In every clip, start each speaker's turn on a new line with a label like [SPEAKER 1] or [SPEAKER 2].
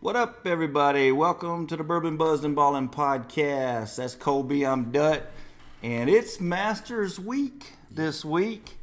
[SPEAKER 1] What up, everybody? Welcome to the Bourbon Buzzed and Ballin' Podcast. That's Colby. I'm Dutt, and it's Masters Week this week.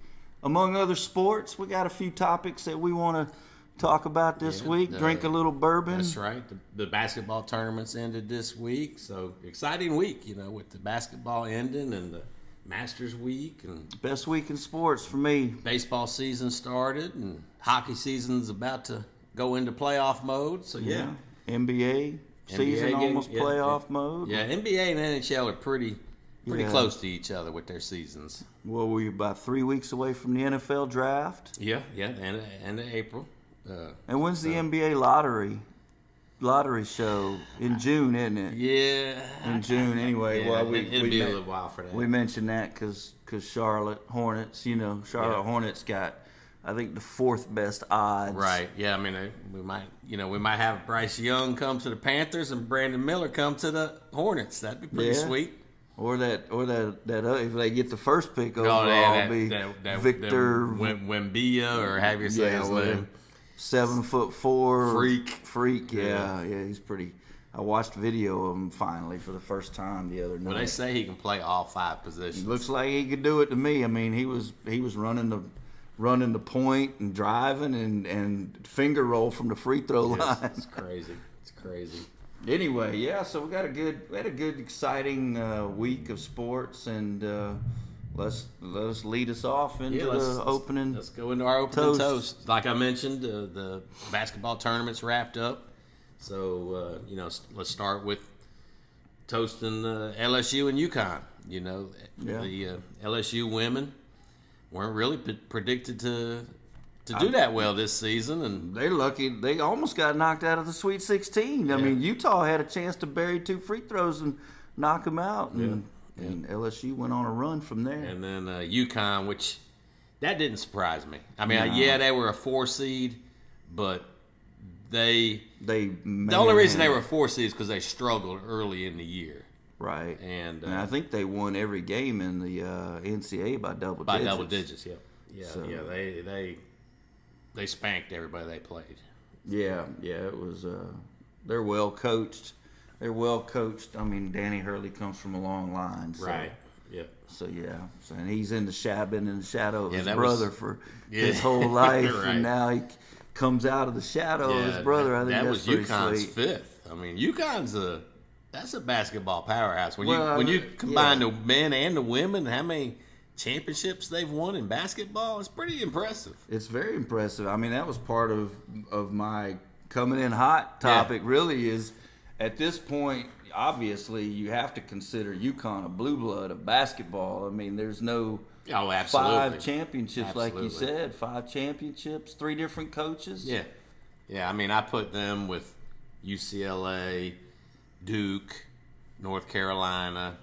[SPEAKER 1] Among other sports, we got a few topics that we want to talk about this
[SPEAKER 2] Yeah,
[SPEAKER 1] week.
[SPEAKER 2] uh,
[SPEAKER 1] Drink a little bourbon.
[SPEAKER 2] That's right. The, the basketball tournaments ended this week, so exciting week, you know, with the basketball ending and the Masters week and
[SPEAKER 1] Best week in sports for me.
[SPEAKER 2] baseball season started and hockey season's about to go into playoff mode. So yeah,
[SPEAKER 1] NBA, season
[SPEAKER 2] NBA game,
[SPEAKER 1] almost
[SPEAKER 2] yeah,
[SPEAKER 1] playoff
[SPEAKER 2] yeah.
[SPEAKER 1] mode.
[SPEAKER 2] yeah, NBA and NHL are pretty pretty
[SPEAKER 1] Yeah.
[SPEAKER 2] close to each other with their seasons.
[SPEAKER 1] Well, we're about three weeks away from the NFL draft.
[SPEAKER 2] Yeah, yeah, and and April. Uh,
[SPEAKER 1] And when's the NBA lottery? Lottery show in June, isn't it?
[SPEAKER 2] Uh, yeah,
[SPEAKER 1] In June, anyway.
[SPEAKER 2] yeah,
[SPEAKER 1] well, we
[SPEAKER 2] it'll
[SPEAKER 1] we,
[SPEAKER 2] be a
[SPEAKER 1] men-
[SPEAKER 2] little while for that.
[SPEAKER 1] we mentioned that because Charlotte Hornets, you know, Charlotte
[SPEAKER 2] Yeah.
[SPEAKER 1] Hornets got, I think, the fourth best odds.
[SPEAKER 2] Right. Yeah. I mean, uh, we might, you know, we might have Bryce Young come to the Panthers and Brandon Miller come to the Hornets. That'd be pretty
[SPEAKER 1] Yeah.
[SPEAKER 2] sweet.
[SPEAKER 1] Or that, or that, that uh, if they get the first pick
[SPEAKER 2] Oh,
[SPEAKER 1] overall, be Victor,
[SPEAKER 2] Victor Wembia or have you say
[SPEAKER 1] Yeah,
[SPEAKER 2] his
[SPEAKER 1] whatever.
[SPEAKER 2] name.
[SPEAKER 1] seven foot four
[SPEAKER 2] Freak.
[SPEAKER 1] freak. Yeah,
[SPEAKER 2] Yeah.
[SPEAKER 1] yeah, he's pretty. I watched video of him finally for the first time the other night.
[SPEAKER 2] Well, they say he can play all five positions.
[SPEAKER 1] Looks like he could do it to me. I mean, he was he was running the running the point and driving and and finger roll from the free throw
[SPEAKER 2] Yes,
[SPEAKER 1] line.
[SPEAKER 2] it's crazy. It's crazy.
[SPEAKER 1] anyway, yeah. So we got a good we had a good exciting uh, week of sports and uh, let's let's lead us off into
[SPEAKER 2] Yeah,
[SPEAKER 1] the
[SPEAKER 2] let's- let's-
[SPEAKER 1] opening.
[SPEAKER 2] Let's go into our opening
[SPEAKER 1] toast.
[SPEAKER 2] toast. Like I mentioned, uh, the basketball tournament's wrapped up, so uh, you know s- let's start with toasting uh, LSU and UConn. You know,
[SPEAKER 1] Yeah.
[SPEAKER 2] the uh, LSU women weren't really p- predicted to to do that well this season, and
[SPEAKER 1] They're lucky. They almost got knocked out of the Sweet 16. I
[SPEAKER 2] Yeah.
[SPEAKER 1] mean, Utah had a chance to bury two free throws and knock them out, and, and LSU went on a run from there.
[SPEAKER 2] and then uh, UConn, which that didn't surprise me. I mean,
[SPEAKER 1] No.
[SPEAKER 2] yeah, they were a four seed, but they
[SPEAKER 1] They
[SPEAKER 2] the only reason they were a four seed is because they struggled early in the year.
[SPEAKER 1] right,
[SPEAKER 2] and, uh,
[SPEAKER 1] I think they won every game in the uh, NCAA by double
[SPEAKER 2] by
[SPEAKER 1] digits.
[SPEAKER 2] double digits. Yeah, yeah,
[SPEAKER 1] So-
[SPEAKER 2] yeah. They they they spanked everybody they played.
[SPEAKER 1] Yeah, yeah, it was. Uh, they're well coached. They're well coached. I mean, Danny Hurley comes from a long line, so,
[SPEAKER 2] Yeah.
[SPEAKER 1] So yeah, so, and he's in the shadow, been in the shadow of
[SPEAKER 2] Yeah,
[SPEAKER 1] his
[SPEAKER 2] that was-
[SPEAKER 1] brother for
[SPEAKER 2] Yeah.
[SPEAKER 1] his whole life,
[SPEAKER 2] Right.
[SPEAKER 1] and now he c- comes out of the shadow of his brother. I think
[SPEAKER 2] that
[SPEAKER 1] that's
[SPEAKER 2] was
[SPEAKER 1] pretty
[SPEAKER 2] UConn's
[SPEAKER 1] sweet.
[SPEAKER 2] fifth. I mean, UConn's a that's a basketball powerhouse. When
[SPEAKER 1] Well,
[SPEAKER 2] you when
[SPEAKER 1] I-
[SPEAKER 2] you
[SPEAKER 1] yeah.
[SPEAKER 2] combine the men and the women, how many championships they've won in basketball? It's pretty impressive.
[SPEAKER 1] It's very impressive. I mean, that was part of of my coming in hot topic. Really, is at this point, obviously, you have to consider UConn a blue blood of basketball. I mean, there's no
[SPEAKER 2] Oh, absolutely.
[SPEAKER 1] five championships, like you
[SPEAKER 2] Absolutely.
[SPEAKER 1] said, five championships, three different coaches.
[SPEAKER 2] Yeah, yeah. I mean, I put them with UCLA, Duke, North Carolina,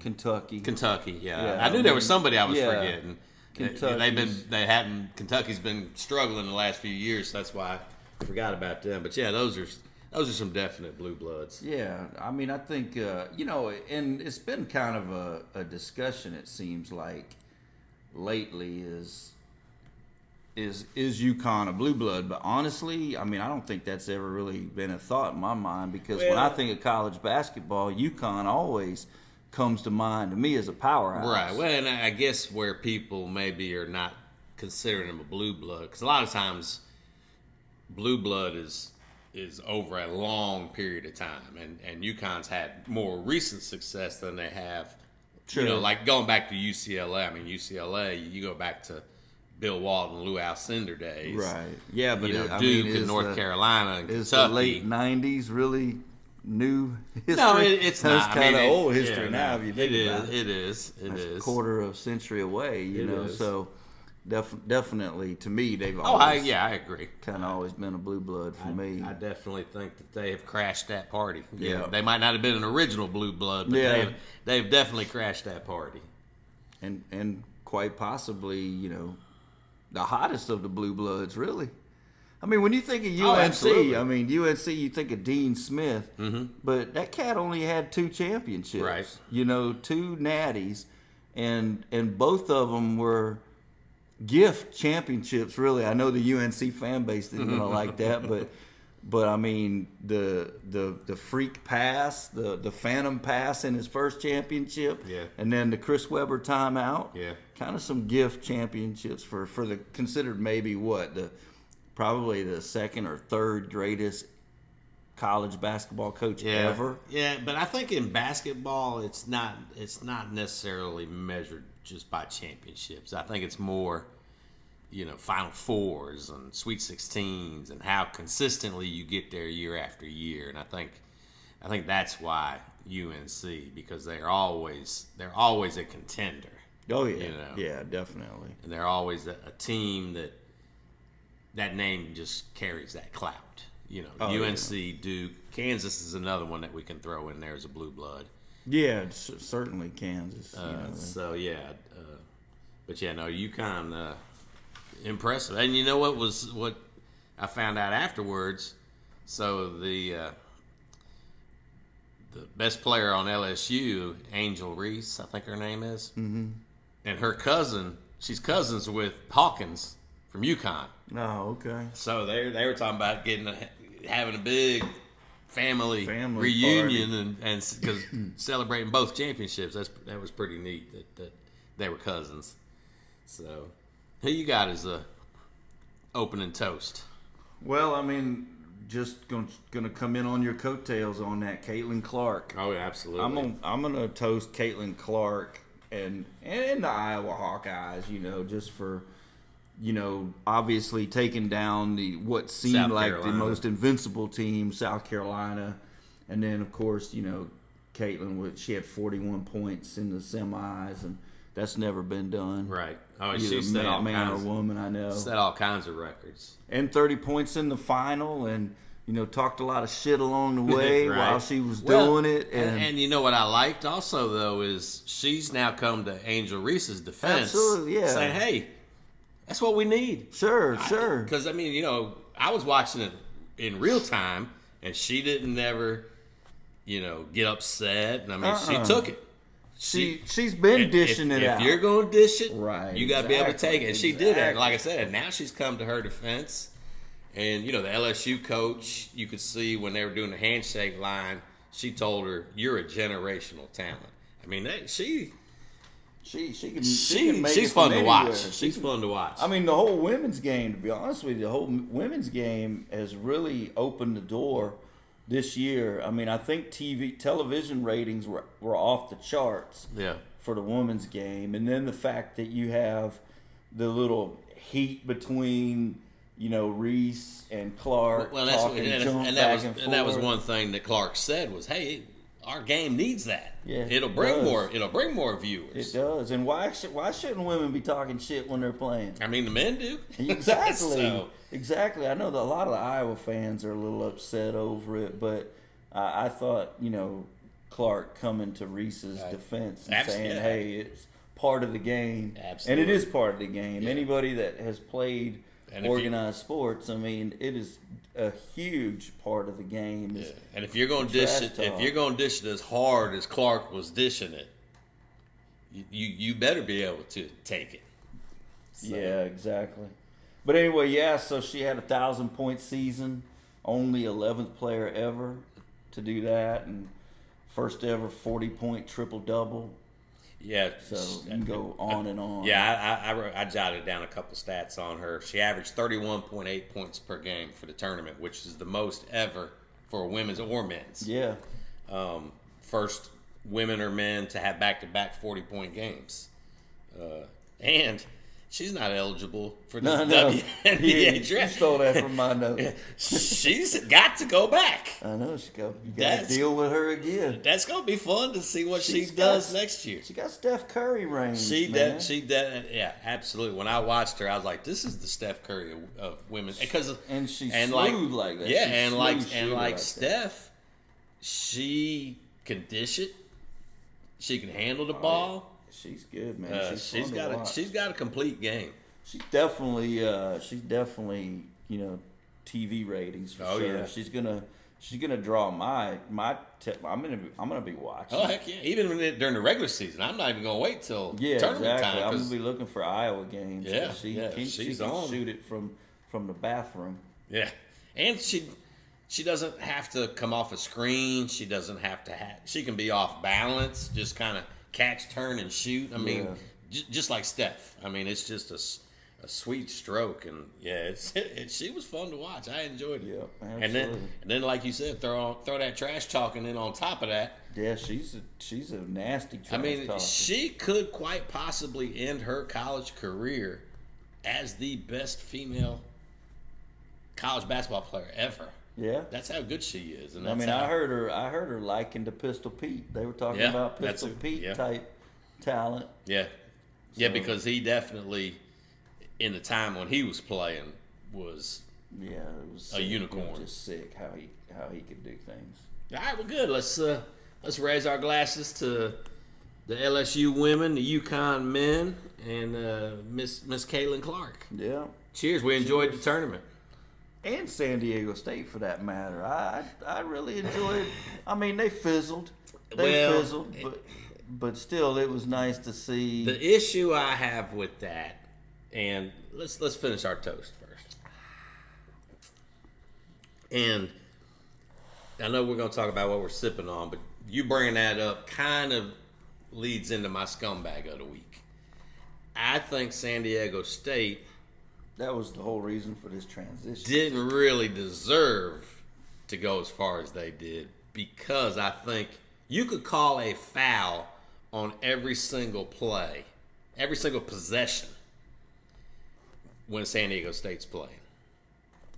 [SPEAKER 1] Kentucky.
[SPEAKER 2] Kentucky. Yeah,
[SPEAKER 1] Yeah,
[SPEAKER 2] I knew
[SPEAKER 1] I
[SPEAKER 2] there was
[SPEAKER 1] mean,
[SPEAKER 2] somebody I was
[SPEAKER 1] yeah.
[SPEAKER 2] forgetting. They- They've been
[SPEAKER 1] Kentucky's-
[SPEAKER 2] they haven't Kentucky's been struggling the last few years. So that's why I forgot about them. But yeah, those are those are some definite blue bloods.
[SPEAKER 1] Yeah, I mean, I think uh, you know, and it's been kind of a, a discussion. It seems like lately is is is UConn a blue blood? But honestly, I mean, I don't think that's ever really been a thought in my mind because when I
[SPEAKER 2] Well-
[SPEAKER 1] think of college basketball, UConn always comes to mind to me as a powerhouse.
[SPEAKER 2] Right. Well, and I I guess where people maybe are not considering them a blue blood because a lot of times blue blood is is over a long period of time, and and UConn's had more recent success than they have.
[SPEAKER 1] True.
[SPEAKER 2] You know, like going back to UCLA. I mean, UCLA. You go back to Bill Walton, Lou Alcindor days.
[SPEAKER 1] right. Yeah, but
[SPEAKER 2] You know,
[SPEAKER 1] it, I
[SPEAKER 2] Duke
[SPEAKER 1] mean,
[SPEAKER 2] and
[SPEAKER 1] is
[SPEAKER 2] North
[SPEAKER 1] the,
[SPEAKER 2] Carolina and
[SPEAKER 1] Is
[SPEAKER 2] Kentucky.
[SPEAKER 1] the late '90s really new history?
[SPEAKER 2] no, it, it's
[SPEAKER 1] That's
[SPEAKER 2] not. I mean,
[SPEAKER 1] kind of
[SPEAKER 2] it-
[SPEAKER 1] old history
[SPEAKER 2] yeah,
[SPEAKER 1] now.
[SPEAKER 2] no,
[SPEAKER 1] if you think
[SPEAKER 2] it is,
[SPEAKER 1] about it.
[SPEAKER 2] It is. It
[SPEAKER 1] It's a
[SPEAKER 2] is.
[SPEAKER 1] quarter of a century away, you
[SPEAKER 2] It
[SPEAKER 1] know.
[SPEAKER 2] is.
[SPEAKER 1] So def- definitely, to me, they've
[SPEAKER 2] Oh, I,
[SPEAKER 1] always
[SPEAKER 2] yeah, I agree.
[SPEAKER 1] kind of always been a blue blood for me.
[SPEAKER 2] I definitely think that they have crashed that party.
[SPEAKER 1] Yeah.
[SPEAKER 2] Yeah. They might not have been an original Blue Blood, but
[SPEAKER 1] Yeah.
[SPEAKER 2] they've, they've definitely crashed that party.
[SPEAKER 1] and and quite possibly, you know, the hottest of the blue bloods, really. I mean, when you think of
[SPEAKER 2] Oh,
[SPEAKER 1] UNC,
[SPEAKER 2] absolutely. Mm-hmm.
[SPEAKER 1] I mean UNC, you think of Dean Smith, but that cat only had two championships,
[SPEAKER 2] Right.
[SPEAKER 1] You know, two natties, and and both of them were gift championships. Really, I know the UNC fan base didn't gonna like that, but but I mean the the the freak pass, the the phantom pass in his first championship,
[SPEAKER 2] Yeah.
[SPEAKER 1] and then the Chris Webber timeout,
[SPEAKER 2] Yeah.
[SPEAKER 1] kind of some gift championships for for the considered maybe what the probably the second or third greatest college basketball coach
[SPEAKER 2] yeah.
[SPEAKER 1] ever.
[SPEAKER 2] Yeah, but I think in basketball, it's not it's not necessarily measured just by championships. I think it's more, you know, Final Fours and Sweet Sixteens and how consistently you get there year after year. And I think, I think that's why UNC because they're always they're always a contender
[SPEAKER 1] Oh yeah,
[SPEAKER 2] You know.
[SPEAKER 1] yeah, definitely.
[SPEAKER 2] and they're always a, a team that that name just carries that clout. You know,
[SPEAKER 1] yeah.
[SPEAKER 2] UNC, Duke, Kansas is another one that we can throw in there as a blue blood.
[SPEAKER 1] Yeah, c- certainly Kansas. you
[SPEAKER 2] Uh,
[SPEAKER 1] know.
[SPEAKER 2] So yeah, uh, but yeah, no, UConn uh, impressive. And you know what was what I found out afterwards. So the uh, the best player on LSU, Angel Reese, I think her name is, mm-hmm. and her cousin, she's cousins with Hawkins from UConn.
[SPEAKER 1] Oh, okay.
[SPEAKER 2] So they they were talking about getting a, having a big family,
[SPEAKER 1] Family
[SPEAKER 2] reunion and and because celebrating both championships. That's that was pretty neat that, that they were cousins. So who you got as a opening toast?
[SPEAKER 1] Well, I mean, just gonna gonna come in on your coattails on that, Caitlin Clark.
[SPEAKER 2] Oh, absolutely.
[SPEAKER 1] I'm on, I'm gonna toast Caitlin Clark and and the Iowa Hawkeyes. You know, just for you know, obviously taking down the what seemed
[SPEAKER 2] South
[SPEAKER 1] like
[SPEAKER 2] Carolina.
[SPEAKER 1] the most invincible team, South Carolina, and then of course you know, Caitlin. with- She had 41 points in the semis, and that's never been done.
[SPEAKER 2] right. Oh,
[SPEAKER 1] Either
[SPEAKER 2] she set all
[SPEAKER 1] man, man or
[SPEAKER 2] kinds.
[SPEAKER 1] woman, I know
[SPEAKER 2] Set all kinds of records.
[SPEAKER 1] and 30 points in the final and you know talked a lot of shit along the way
[SPEAKER 2] Right.
[SPEAKER 1] while she was
[SPEAKER 2] Well,
[SPEAKER 1] doing it and,
[SPEAKER 2] and you know what I liked also though is she's now come to Angel Reese's defense,
[SPEAKER 1] Absolutely, yeah.
[SPEAKER 2] saying, "Hey, that's what we need.
[SPEAKER 1] sure sure
[SPEAKER 2] Because I mean, you know, I was watching it in real time, and she didn't ever, you know, get upset. And I mean,
[SPEAKER 1] Uh-uh.
[SPEAKER 2] she took it.
[SPEAKER 1] she she's been
[SPEAKER 2] If-
[SPEAKER 1] dishing
[SPEAKER 2] if,
[SPEAKER 1] it
[SPEAKER 2] if
[SPEAKER 1] out
[SPEAKER 2] you're gonna dish it,
[SPEAKER 1] Right,
[SPEAKER 2] You gotta be able to
[SPEAKER 1] exactly,
[SPEAKER 2] take it. And she did it.
[SPEAKER 1] exactly.
[SPEAKER 2] Like I said, and now she's come to her defense. And you know, the LSU coach, you could see when they were doing the handshake line, she told her, "You're a generational talent." I mean, that, she
[SPEAKER 1] she she can she,
[SPEAKER 2] she
[SPEAKER 1] can make
[SPEAKER 2] she's
[SPEAKER 1] it
[SPEAKER 2] fun
[SPEAKER 1] from
[SPEAKER 2] to watch.
[SPEAKER 1] anywhere.
[SPEAKER 2] She's fun to watch.
[SPEAKER 1] I mean, the whole women's game, to be honest with you, the whole women's game has really opened the door this year. I mean, I think TV television ratings were, were off the charts.
[SPEAKER 2] yeah,
[SPEAKER 1] for the women's game, and then the fact that you have the little heat between you know Reese and Clark
[SPEAKER 2] Well, that's
[SPEAKER 1] talking
[SPEAKER 2] and,
[SPEAKER 1] jump back
[SPEAKER 2] and that was
[SPEAKER 1] and,
[SPEAKER 2] and,
[SPEAKER 1] forth.
[SPEAKER 2] that was one thing that Clark said was, "Hey, our game needs that.
[SPEAKER 1] Yeah,
[SPEAKER 2] it'll
[SPEAKER 1] it
[SPEAKER 2] bring
[SPEAKER 1] does.
[SPEAKER 2] more. It'll bring more
[SPEAKER 1] It
[SPEAKER 2] viewers.
[SPEAKER 1] does, and why should why shouldn't women be talking shit when they're playing?
[SPEAKER 2] I mean, the men do
[SPEAKER 1] Exactly,
[SPEAKER 2] So,
[SPEAKER 1] exactly. I know that a lot of the Iowa fans are a little upset over it, but I, I thought you know Clark coming to Reese's defense and
[SPEAKER 2] Abs-
[SPEAKER 1] saying,
[SPEAKER 2] yeah.
[SPEAKER 1] "Hey, it's." Part of the game, and
[SPEAKER 2] Absolutely.
[SPEAKER 1] it is part of the game. Anybody that has played
[SPEAKER 2] And if you-
[SPEAKER 1] organized sports, I mean, it is a huge part of the game. It's-
[SPEAKER 2] and if you're gonna dish
[SPEAKER 1] Trash
[SPEAKER 2] it,
[SPEAKER 1] talk.
[SPEAKER 2] if you're gonna dish it as hard as Clark was dishing it, you you, you better be able to take it.
[SPEAKER 1] Yeah, exactly. But anyway, yeah, so she had a thousand point season, only 11th player ever to do that, and first ever 40 point triple double.
[SPEAKER 2] Yeah,
[SPEAKER 1] So you can go on and on.
[SPEAKER 2] Yeah, I, I, I, wrote- I jotted down a couple stats on her. She averaged 31.8 points per game for the tournament, which is the most ever for women's or men's.
[SPEAKER 1] Yeah.
[SPEAKER 2] um, first women or men to have back-to-back 40-point games. Uh, and she's not eligible for
[SPEAKER 1] No,
[SPEAKER 2] the
[SPEAKER 1] no.
[SPEAKER 2] WNBA
[SPEAKER 1] Yeah, you
[SPEAKER 2] draft.
[SPEAKER 1] stole that from my notes.
[SPEAKER 2] she's got to go back.
[SPEAKER 1] I know she got you got to
[SPEAKER 2] That's-
[SPEAKER 1] deal with her again.
[SPEAKER 2] That's gonna be fun to see what
[SPEAKER 1] She's
[SPEAKER 2] she does
[SPEAKER 1] got-
[SPEAKER 2] next year.
[SPEAKER 1] She got Steph Curry range.
[SPEAKER 2] She
[SPEAKER 1] man.
[SPEAKER 2] did. She did. Yeah, absolutely. When I watched her, I was like, "This is the Steph Curry of, of women." Because
[SPEAKER 1] And she's smooth like that.
[SPEAKER 2] Yeah,
[SPEAKER 1] She's
[SPEAKER 2] and
[SPEAKER 1] smooth
[SPEAKER 2] like
[SPEAKER 1] shooter
[SPEAKER 2] and like
[SPEAKER 1] like that.
[SPEAKER 2] Steph, she can dish it. She can handle
[SPEAKER 1] Oh,
[SPEAKER 2] the ball.
[SPEAKER 1] She's good, man.
[SPEAKER 2] Uh,
[SPEAKER 1] she's
[SPEAKER 2] she's
[SPEAKER 1] fun to
[SPEAKER 2] got a
[SPEAKER 1] watch.
[SPEAKER 2] she's got a complete game.
[SPEAKER 1] She definitely, uh, she definitely, you know, TV ratings for
[SPEAKER 2] Oh,
[SPEAKER 1] sure.
[SPEAKER 2] yeah.
[SPEAKER 1] She's gonna she's gonna draw my my. Te- I'm gonna be, I'm gonna be watching.
[SPEAKER 2] Oh heck yeah! Even when it, during the regular season, I'm not even gonna wait till
[SPEAKER 1] yeah,
[SPEAKER 2] tournament
[SPEAKER 1] exactly.
[SPEAKER 2] time.
[SPEAKER 1] I'm
[SPEAKER 2] 'cause-
[SPEAKER 1] gonna be looking for Iowa games. 'cause
[SPEAKER 2] Yeah,
[SPEAKER 1] she
[SPEAKER 2] yeah,
[SPEAKER 1] can, she
[SPEAKER 2] she's
[SPEAKER 1] can
[SPEAKER 2] on.
[SPEAKER 1] shoot it from from the bathroom.
[SPEAKER 2] Yeah, and she she doesn't have to come off a screen. She doesn't have to. Ha- she can be off balance, just kind of catch, turn, and shoot. I mean,
[SPEAKER 1] Yeah.
[SPEAKER 2] j- just like Steph. I mean, it's just a, s- a sweet stroke, and yeah, it's it, she was fun to watch. I enjoyed it.
[SPEAKER 1] Yeah,
[SPEAKER 2] and then
[SPEAKER 1] absolutely.
[SPEAKER 2] and then like you said, throw on, throw that trash talk, and then on top of that,
[SPEAKER 1] Yeah, she's a she's a nasty.
[SPEAKER 2] I
[SPEAKER 1] trash
[SPEAKER 2] mean,
[SPEAKER 1] talker.
[SPEAKER 2] she could quite possibly end her college career as the best female college basketball player ever.
[SPEAKER 1] yeah.
[SPEAKER 2] That's how good she is. And
[SPEAKER 1] I
[SPEAKER 2] that's
[SPEAKER 1] mean,
[SPEAKER 2] how,
[SPEAKER 1] I heard her. I heard her likened to Pistol Pete. They were talking
[SPEAKER 2] Yeah,
[SPEAKER 1] about
[SPEAKER 2] that's
[SPEAKER 1] Pistol
[SPEAKER 2] a-
[SPEAKER 1] Pete
[SPEAKER 2] yeah.
[SPEAKER 1] type talent.
[SPEAKER 2] Yeah, yeah,
[SPEAKER 1] So-
[SPEAKER 2] because he definitely, in the time when he was playing, was
[SPEAKER 1] Yeah, it was sick. It
[SPEAKER 2] unicorn.
[SPEAKER 1] was just sick how he how he could do things.
[SPEAKER 2] all right. Well, good. Let's uh, let's raise our glasses to the LSU women, the UConn men, and uh, Miss Miss Caitlin Clark.
[SPEAKER 1] Yeah,
[SPEAKER 2] Cheers. We enjoyed the tournament.
[SPEAKER 1] and San Diego State for that matter. I I, I really enjoyed. I mean, they fizzled. They
[SPEAKER 2] Well,
[SPEAKER 1] fizzled, but but still, it was nice to see.
[SPEAKER 2] The issue I have with that, and let's let's finish our toast first. And I know we're gonna talk about what we're sipping on, but you bringing that up kind of leads into my scumbag of the week. I think San Diego State
[SPEAKER 1] that was the whole reason for this transition.
[SPEAKER 2] didn't really deserve to go as far as they did because I think you could call a foul on every single play, every single possession when San Diego State's playing.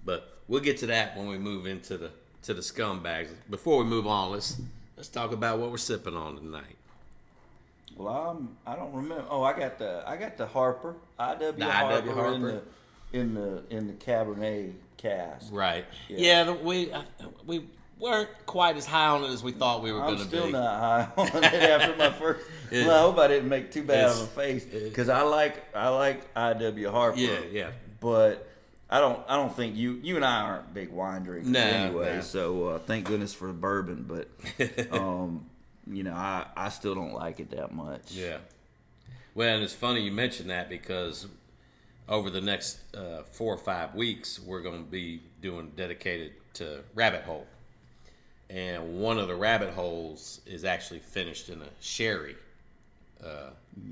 [SPEAKER 2] But we'll get to that when we move into the to the scumbags. Before we move on, let's let's talk about what we're sipping on tonight.
[SPEAKER 1] Well, I'm I don't remember. Oh, I got the I got the Harper IW
[SPEAKER 2] The
[SPEAKER 1] Harper,
[SPEAKER 2] IW
[SPEAKER 1] in
[SPEAKER 2] Harper.
[SPEAKER 1] the in the in the Cabernet cask.
[SPEAKER 2] Right.
[SPEAKER 1] Yeah.
[SPEAKER 2] Yeah, the- we uh, we weren't quite as high on it as we thought we were going
[SPEAKER 1] I'm
[SPEAKER 2] to be.
[SPEAKER 1] still not high on it after my first.
[SPEAKER 2] Yeah.
[SPEAKER 1] Well, I hope I didn't make too bad of a
[SPEAKER 2] It's-
[SPEAKER 1] face
[SPEAKER 2] it-
[SPEAKER 1] because I like I like IW Harper.
[SPEAKER 2] Yeah, yeah.
[SPEAKER 1] But I don't I don't think you you and I aren't big wine drinkers
[SPEAKER 2] No,
[SPEAKER 1] anyway.
[SPEAKER 2] no.
[SPEAKER 1] So uh, thank goodness for bourbon. But um, you know I I still don't like it that much.
[SPEAKER 2] Yeah. Well, and it's funny you mentioned that because over the next uh, four or five weeks, we're going to be doing dedicated to Rabbit Hole. And one of the rabbit holes is actually finished in a sherry.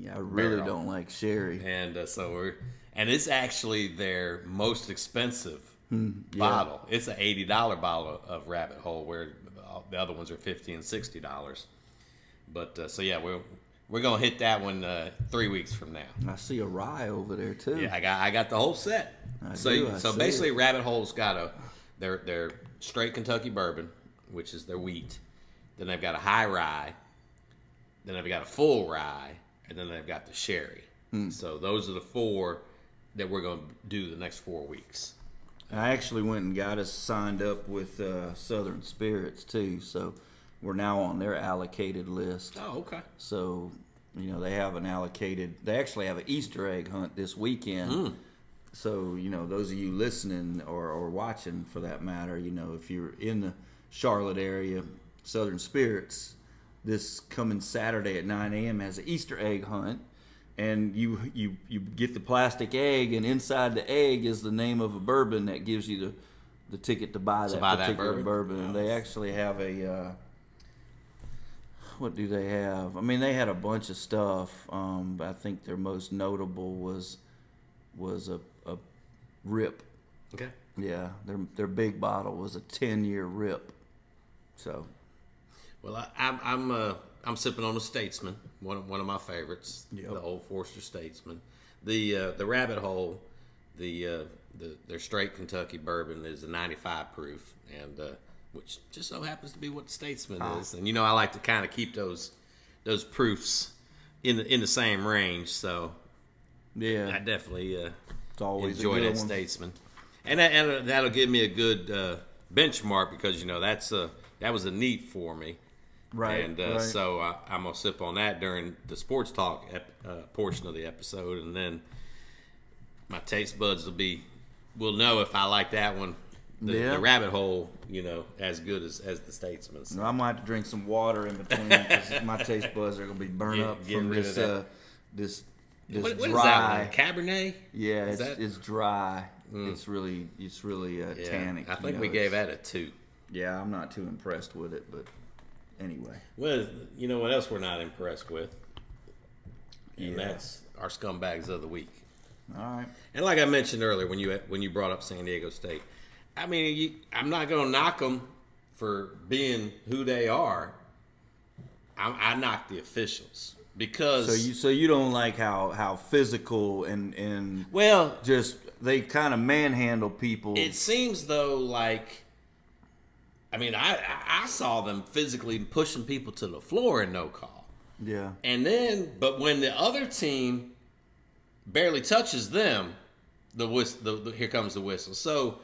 [SPEAKER 1] Yeah, I really
[SPEAKER 2] Barrel.
[SPEAKER 1] don't like sherry.
[SPEAKER 2] And uh, so we're, and it's actually their most expensive bottle. It's an $80 bottle of rabbit hole where uh, the other ones are 50 and $60. But uh, so yeah, we're, we're going to hit that one uh, three weeks from now.
[SPEAKER 1] I see a rye over there too.
[SPEAKER 2] Yeah, I got I got the whole set.
[SPEAKER 1] I
[SPEAKER 2] so
[SPEAKER 1] do, I
[SPEAKER 2] so
[SPEAKER 1] see
[SPEAKER 2] basically, Rabbit Hole's got a their their straight Kentucky bourbon, which is their wheat. Then they've got a high rye. Then they've got a full rye, and then they've got the sherry.
[SPEAKER 1] Hmm.
[SPEAKER 2] So those are the four that we're going to do the next four weeks.
[SPEAKER 1] I actually went and got us signed up with uh, Southern Spirits too, so we're now on their allocated list.
[SPEAKER 2] Oh, okay.
[SPEAKER 1] So, you know, they have an allocated. They actually have an Easter egg hunt this weekend. So, you know, those of you listening or, or watching, for that matter, you know, if you're in the Charlotte area, Southern Spirits, this coming Saturday at 9 a.m. has an Easter egg hunt. And you, you you get the plastic egg, and inside the egg is the name of a bourbon that gives you the, the ticket to buy that
[SPEAKER 2] buy that
[SPEAKER 1] particular
[SPEAKER 2] bourbon?
[SPEAKER 1] bourbon. And they actually have a uh, what do they have? I mean, they had a bunch of stuff, um, but I think their most notable was was a, a rip.
[SPEAKER 2] Okay.
[SPEAKER 1] Yeah, their their big bottle was a ten year rip. So
[SPEAKER 2] Well, I, I'm I'm uh, I'm sipping on a Statesman, one of, one of my favorites,
[SPEAKER 1] Yep.
[SPEAKER 2] the Old Forester Statesman. The uh, the Rabbit Hole, the uh, the their straight Kentucky bourbon is a 95 proof, and uh, which just so happens to be what the Statesman
[SPEAKER 1] Ah.
[SPEAKER 2] is. And you know, I like to kind of keep those those proofs in the, in the same range, so I
[SPEAKER 1] yeah,
[SPEAKER 2] definitely uh,
[SPEAKER 1] it's always
[SPEAKER 2] enjoy
[SPEAKER 1] a good
[SPEAKER 2] that
[SPEAKER 1] one.
[SPEAKER 2] Statesman, and that, and that'll give me a good uh, benchmark because you know that's a that was a need for me.
[SPEAKER 1] right?
[SPEAKER 2] And uh,
[SPEAKER 1] right.
[SPEAKER 2] so I, I'm gonna sip on that during the sports talk ep- uh, portion of the episode, and then my taste buds will be will know if I like that one the,
[SPEAKER 1] Yeah.
[SPEAKER 2] the rabbit hole, you know, as good as, as the statesman.
[SPEAKER 1] So I might have to drink some water in between 'cause my taste buds are gonna be burned
[SPEAKER 2] Get-
[SPEAKER 1] up
[SPEAKER 2] get
[SPEAKER 1] from
[SPEAKER 2] rid of
[SPEAKER 1] this
[SPEAKER 2] that.
[SPEAKER 1] uh, this this
[SPEAKER 2] What, what is
[SPEAKER 1] dry.
[SPEAKER 2] that? One? Cabernet?
[SPEAKER 1] Yeah,
[SPEAKER 2] Is
[SPEAKER 1] it's,
[SPEAKER 2] that- Hmm.
[SPEAKER 1] it's dry. It's really it's really uh,
[SPEAKER 2] Yeah,
[SPEAKER 1] tannic.
[SPEAKER 2] I
[SPEAKER 1] you
[SPEAKER 2] think
[SPEAKER 1] know,
[SPEAKER 2] we gave
[SPEAKER 1] it's-
[SPEAKER 2] that a two.
[SPEAKER 1] Yeah, I'm not too impressed with it, but anyway.
[SPEAKER 2] Well, you know what else we're not impressed with,
[SPEAKER 1] Yeah.
[SPEAKER 2] and that's our scumbags of the week.
[SPEAKER 1] All right.
[SPEAKER 2] And like I mentioned earlier, when you when you brought up San Diego State, I mean, you, I'm not going to knock them for being who they are. I, I knock the officials because
[SPEAKER 1] So you so you don't like how how physical and and
[SPEAKER 2] well,
[SPEAKER 1] just they kind of manhandle people.
[SPEAKER 2] it seems though like I mean, I I I saw them physically pushing people to the floor in no call.
[SPEAKER 1] yeah.
[SPEAKER 2] And then, but when the other team barely touches them, the whistle. The, the, here comes the whistle. So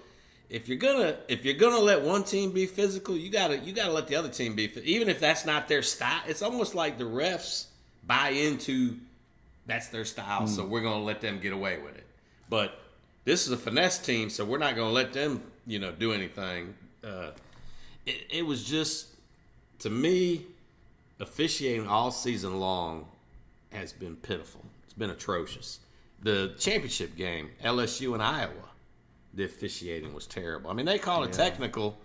[SPEAKER 2] if you're gonna if you're gonna let one team be physical, you gotta you gotta let the other team be. phy- Even if that's not their style, it's almost like the refs buy into that's their style. So we're gonna let them get away with it. But this is a finesse team, so we're not gonna let them you know do anything. Uh, it, it was just to me officiating all season long has been pitiful. It's been atrocious. The championship game, LSU and Iowa, the officiating was terrible. I mean, they called a technical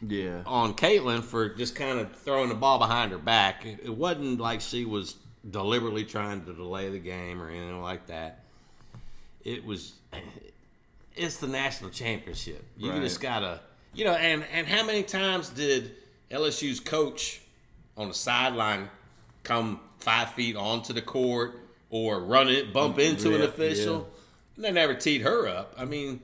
[SPEAKER 1] Yeah.
[SPEAKER 2] on Caitlin for just kind of throwing the ball behind her back. It it wasn't like she was deliberately trying to delay the game or anything like that. It was, it's the national championship. You
[SPEAKER 1] Right.
[SPEAKER 2] just gotta, you know, and and how many times did LSU's coach on the sideline come five feet onto the court or run it, bump into an
[SPEAKER 1] yeah,
[SPEAKER 2] official? They never teed her up. I mean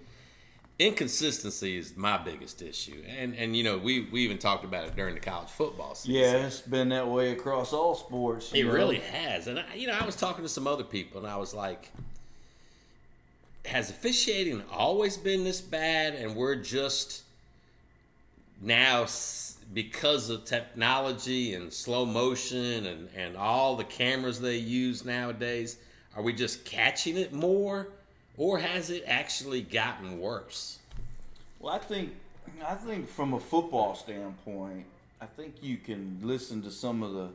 [SPEAKER 2] inconsistency is my biggest issue and and you know we we even talked about it during the college football season
[SPEAKER 1] Yeah, it's been that way across all sports.
[SPEAKER 2] it
[SPEAKER 1] you know?
[SPEAKER 2] really has and I, you know i was talking to some other people and i was like has officiating always been this bad and we're just now s- because of technology and slow motion and and all the cameras they use nowadays are we just catching it more or has it actually gotten worse
[SPEAKER 1] Well, I think I think from a football standpoint, I think you can listen to some of the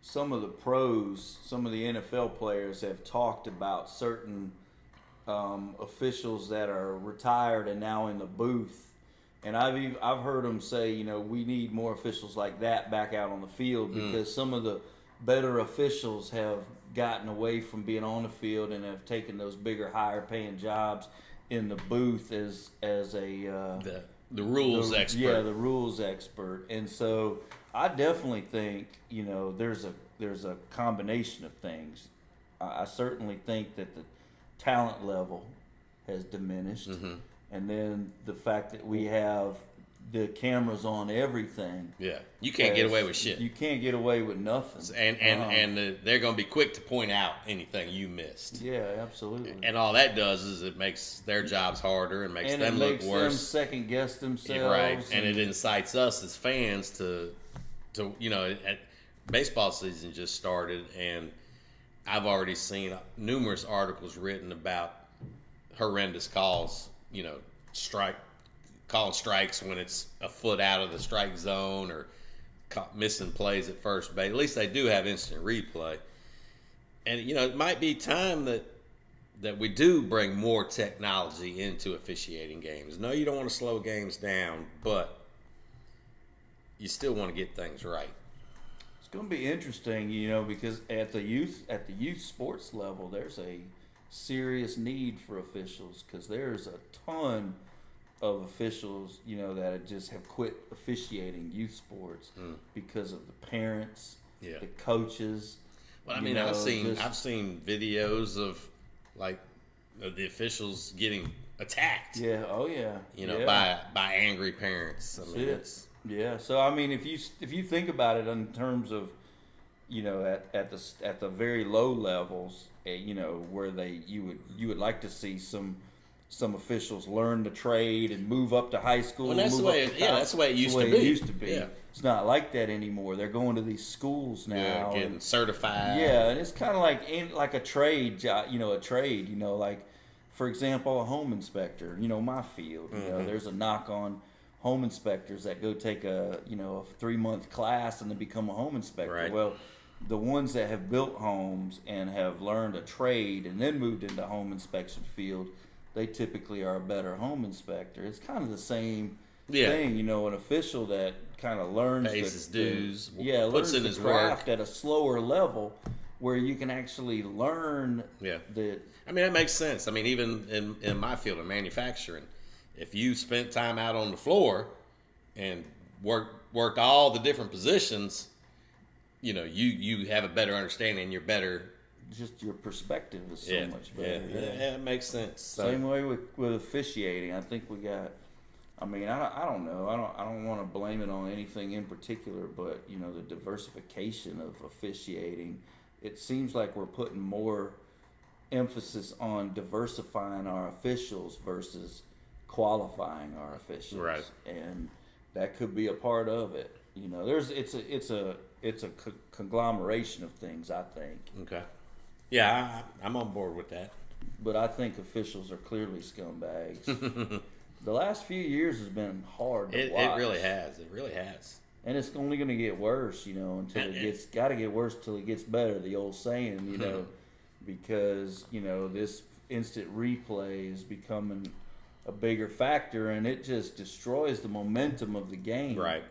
[SPEAKER 1] some of the pros, some of the NFL players have talked about certain um, officials that are retired and now in the booth. And I've even, I've heard them say, you know, we need more officials like that back out on the field because some of the better officials have gotten away from being on the field and have taken those bigger, higher paying jobs in the booth as as a uh,
[SPEAKER 2] the the rules
[SPEAKER 1] the-
[SPEAKER 2] expert.
[SPEAKER 1] Yeah, the rules expert. And so I definitely think you know there's a there's a combination of things. I, I certainly think that the talent level has diminished,
[SPEAKER 2] Mm-hmm.
[SPEAKER 1] and then the fact that we have the cameras on everything.
[SPEAKER 2] yeah, you can't get away with shit.
[SPEAKER 1] You can't get away with nothing.
[SPEAKER 2] and and
[SPEAKER 1] Uh-uh.
[SPEAKER 2] and uh, they're gonna be quick to point out anything you missed.
[SPEAKER 1] yeah, absolutely.
[SPEAKER 2] And all that does is it makes their jobs harder and makes
[SPEAKER 1] And
[SPEAKER 2] them
[SPEAKER 1] it
[SPEAKER 2] look
[SPEAKER 1] makes them
[SPEAKER 2] worse.
[SPEAKER 1] second guess themselves.
[SPEAKER 2] right,
[SPEAKER 1] and-
[SPEAKER 2] and it incites us as fans to to you know, at, baseball season just started, and I've already seen numerous articles written about horrendous calls. You know, strike calling strikes when it's a foot out of the strike zone or ca- missing plays at first base. At least they do have instant replay. And you know, it might be time that that we do bring more technology into officiating games. No, you don't want to slow games down, but you still want to get things right.
[SPEAKER 1] It's going to be interesting, you know, because at the youth at the youth sports level, there's a serious need for officials because there's a ton of officials, you know, that just have quit officiating youth sports because of the parents,
[SPEAKER 2] Hmm. Yeah.
[SPEAKER 1] the coaches.
[SPEAKER 2] Well, I
[SPEAKER 1] you
[SPEAKER 2] mean, I've
[SPEAKER 1] know,
[SPEAKER 2] seen
[SPEAKER 1] just-
[SPEAKER 2] I've seen videos of like of the officials getting attacked,
[SPEAKER 1] yeah, oh yeah,
[SPEAKER 2] you know,
[SPEAKER 1] yeah.
[SPEAKER 2] by by angry parents. I mean,
[SPEAKER 1] it.
[SPEAKER 2] it's
[SPEAKER 1] Yeah. So I mean, if you if you think about it in terms of, you know, at, at the s- at the very low levels, eh, you know, where they you would you would like to see some some officials learn the trade and move up to high school.
[SPEAKER 2] Well, that's
[SPEAKER 1] move
[SPEAKER 2] the way
[SPEAKER 1] up
[SPEAKER 2] it-
[SPEAKER 1] to
[SPEAKER 2] yeah,
[SPEAKER 1] college.
[SPEAKER 2] that's the way it
[SPEAKER 1] That's
[SPEAKER 2] used to
[SPEAKER 1] It
[SPEAKER 2] be.
[SPEAKER 1] used to be.
[SPEAKER 2] Yeah.
[SPEAKER 1] It's not like that anymore. They're going to these schools
[SPEAKER 2] yeah,
[SPEAKER 1] now.
[SPEAKER 2] getting
[SPEAKER 1] and,
[SPEAKER 2] certified.
[SPEAKER 1] yeah, and it's kind of like in, like a trade, jo- you know, a trade. You know, like for example, a home inspector. You know, my field. You
[SPEAKER 2] Mm-hmm.
[SPEAKER 1] know, there's a knock on home inspectors that go take a you know a three month class and then become a home inspector.
[SPEAKER 2] Right.
[SPEAKER 1] Well, the ones that have built homes and have learned a trade and then moved into home inspection field, they typically are a better home inspector. It's kind of the same
[SPEAKER 2] Yeah.
[SPEAKER 1] thing, you know, an official that kind of learns
[SPEAKER 2] Pays
[SPEAKER 1] the-
[SPEAKER 2] his dues,
[SPEAKER 1] the- yeah,
[SPEAKER 2] puts
[SPEAKER 1] learns
[SPEAKER 2] in
[SPEAKER 1] the
[SPEAKER 2] his work.
[SPEAKER 1] craft at a slower level where you can actually learn
[SPEAKER 2] Yeah.
[SPEAKER 1] the
[SPEAKER 2] I mean, that makes sense. I mean, even in, in my field of manufacturing, if you spent time out on the floor and worked worked all the different positions, you know, you you have a better understanding. You're better.
[SPEAKER 1] just your perspective is so
[SPEAKER 2] yeah,
[SPEAKER 1] much better.
[SPEAKER 2] Yeah, yeah, it makes sense. So,
[SPEAKER 1] Same way with, with officiating. I think we got. I mean, I, don't- I don't know. I don't. I don't want to blame it on anything in particular, but you know, the diversification of officiating. It seems like we're putting more emphasis on diversifying our officials versus qualifying our officials,
[SPEAKER 2] Right.
[SPEAKER 1] And that could be a part of it. You know, there's it's a it's a it's a co- conglomeration of things. I think,
[SPEAKER 2] okay, yeah, I, I'm on board with that.
[SPEAKER 1] but I think officials are clearly scumbags. the last few years has been hard to
[SPEAKER 2] It, it
[SPEAKER 1] watch,
[SPEAKER 2] really has. It really has.
[SPEAKER 1] and it's only going to get worse, you know, until it
[SPEAKER 2] And-
[SPEAKER 1] gets got to get worse till it gets better. The old saying, you know, because you know this instant replay is becoming a bigger factor, and it just destroys the momentum of the game,
[SPEAKER 2] Right.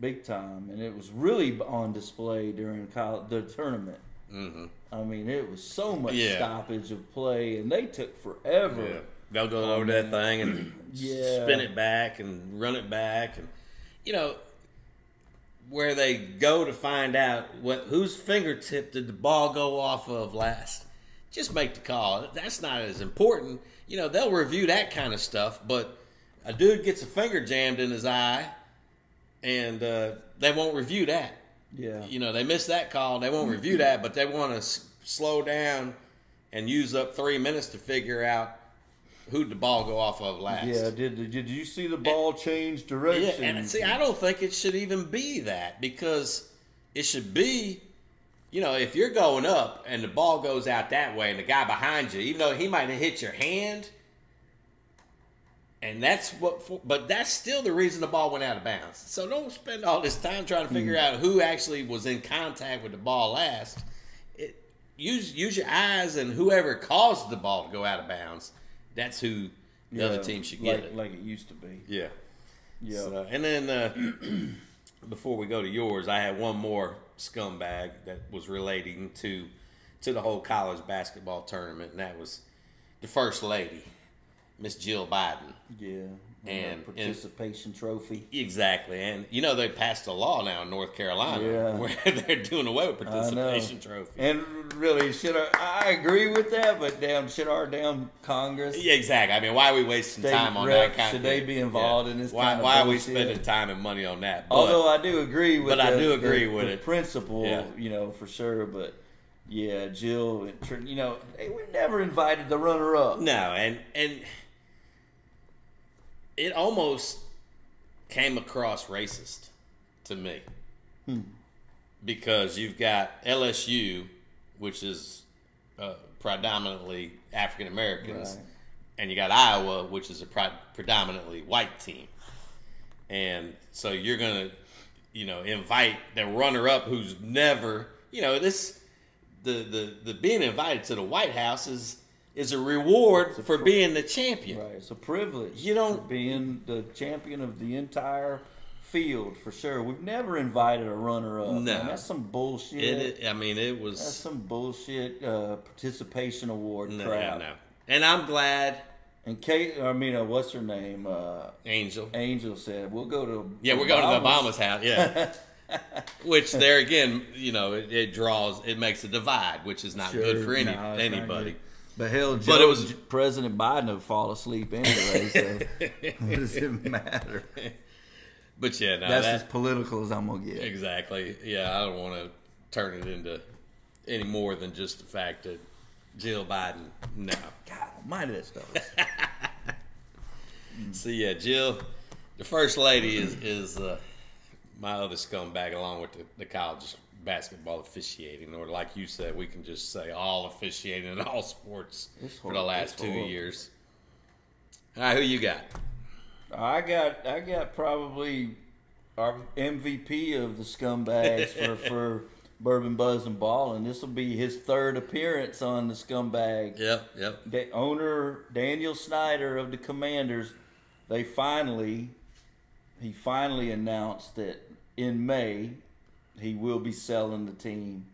[SPEAKER 1] big time. And it was really on display during col- the tournament.
[SPEAKER 2] Mm-hmm.
[SPEAKER 1] I mean, it was so much
[SPEAKER 2] Yeah.
[SPEAKER 1] stoppage of play, and they took forever.
[SPEAKER 2] Yeah. They'll go over that thing and
[SPEAKER 1] Yeah.
[SPEAKER 2] spin it back and run it back and you know where they go to find out what whose fingertip did the ball go off of last. Just make the call. That's not as important. You know, they'll review that kind of stuff, but a dude gets a finger jammed in his eye and uh, they won't review that
[SPEAKER 1] Yeah.
[SPEAKER 2] you know they missed that call they won't review that but they want to s- slow down and use up three minutes to figure out who the ball go off of last
[SPEAKER 1] Yeah, did, did did you see the ball change direction?
[SPEAKER 2] Yeah, and see i don't think it should even be that because it should be you know if you're going up and the ball goes out that way and the guy behind you even though he might have hit your hand and that's what for, but that's still the reason the ball went out of bounds so don't spend all this time trying to figure
[SPEAKER 1] Hmm.
[SPEAKER 2] out who actually was in contact with the ball last it, use use your eyes and whoever caused the ball to go out of bounds that's who the
[SPEAKER 1] Yeah,
[SPEAKER 2] other team should get
[SPEAKER 1] like,
[SPEAKER 2] it
[SPEAKER 1] like it used to be.
[SPEAKER 2] yeah
[SPEAKER 1] Yeah,
[SPEAKER 2] so, and then uh, before we go to yours, I had one more scumbag that was relating to to the whole college basketball tournament, and that was the first lady, Miss Jill Biden.
[SPEAKER 1] yeah. the
[SPEAKER 2] and-
[SPEAKER 1] participation trophy.
[SPEAKER 2] Exactly, and you know they passed a law now in North Carolina
[SPEAKER 1] Yeah.
[SPEAKER 2] where they're doing away with
[SPEAKER 1] I know.
[SPEAKER 2] participation trophy.
[SPEAKER 1] And really, should I, I agree with that? But damn, should our damn Congress?
[SPEAKER 2] Yeah, exactly. I mean, why are we wasting
[SPEAKER 1] State
[SPEAKER 2] time on
[SPEAKER 1] reps,
[SPEAKER 2] that kind?
[SPEAKER 1] should
[SPEAKER 2] of
[SPEAKER 1] they
[SPEAKER 2] thing?
[SPEAKER 1] be involved in this
[SPEAKER 2] Why,
[SPEAKER 1] kind of
[SPEAKER 2] why are we
[SPEAKER 1] bullshit?
[SPEAKER 2] spending time and money on that? But,
[SPEAKER 1] Although I do agree with,
[SPEAKER 2] but I
[SPEAKER 1] the-
[SPEAKER 2] do
[SPEAKER 1] the-
[SPEAKER 2] agree with
[SPEAKER 1] the
[SPEAKER 2] it.
[SPEAKER 1] principle,
[SPEAKER 2] Yeah.
[SPEAKER 1] you know, for sure. But yeah, Jill, and Tr- you know, they were never invited the runner-up.
[SPEAKER 2] No, and and it almost came across racist to me because you've got LSU, which is uh, predominantly African Americans,
[SPEAKER 1] Right.
[SPEAKER 2] and you got Iowa, which is a pre- predominantly white team, and so you're gonna, you know, invite the runner-up who's never, you know, this the the the being invited to the White House is is a reward for being the champion.
[SPEAKER 1] Right, it's a privilege.
[SPEAKER 2] You don't-
[SPEAKER 1] for being the champion of the entire field for sure. We've never invited a runner-up. No,
[SPEAKER 2] No.
[SPEAKER 1] that's some bullshit.
[SPEAKER 2] It, I mean, it
[SPEAKER 1] that's
[SPEAKER 2] was
[SPEAKER 1] some bullshit uh, participation award
[SPEAKER 2] no,
[SPEAKER 1] crap.
[SPEAKER 2] no. And I'm glad
[SPEAKER 1] And Kate, I mean, uh, what's her name? Uh,
[SPEAKER 2] Angel.
[SPEAKER 1] Angel said, "We'll go to
[SPEAKER 2] Yeah, we're going to the Obama's house. Yeah. which there again, you know, it, it draws, it makes a divide, which is not good
[SPEAKER 1] Sure,
[SPEAKER 2] for any
[SPEAKER 1] no, it's not
[SPEAKER 2] anybody.
[SPEAKER 1] good. But hell, Joe,
[SPEAKER 2] But it was-
[SPEAKER 1] President Biden would fall asleep anyway. So what does it matter?
[SPEAKER 2] But yeah, no,
[SPEAKER 1] That's
[SPEAKER 2] that-
[SPEAKER 1] as political as I'm gonna get.
[SPEAKER 2] exactly. Yeah, I don't want to turn it into any more than just the fact that Jill Biden. No.
[SPEAKER 1] God, mind that stuff.
[SPEAKER 2] So yeah, Jill, the first lady is is uh, my other scumbag along with the, the college basketball officiating, or like you said, we can just say all officiating in all sports
[SPEAKER 1] It's
[SPEAKER 2] for the
[SPEAKER 1] horrible.
[SPEAKER 2] last
[SPEAKER 1] It's
[SPEAKER 2] two
[SPEAKER 1] horrible.
[SPEAKER 2] years. All right, who you got?
[SPEAKER 1] I got I got probably our MVP of the scumbags for, for Bourbon Buzz and Ball, and this will be his third appearance on the scumbag.
[SPEAKER 2] Yep, yep.
[SPEAKER 1] The owner Daniel Snyder of the Commanders, they finally he finally announced that in May he will be selling the team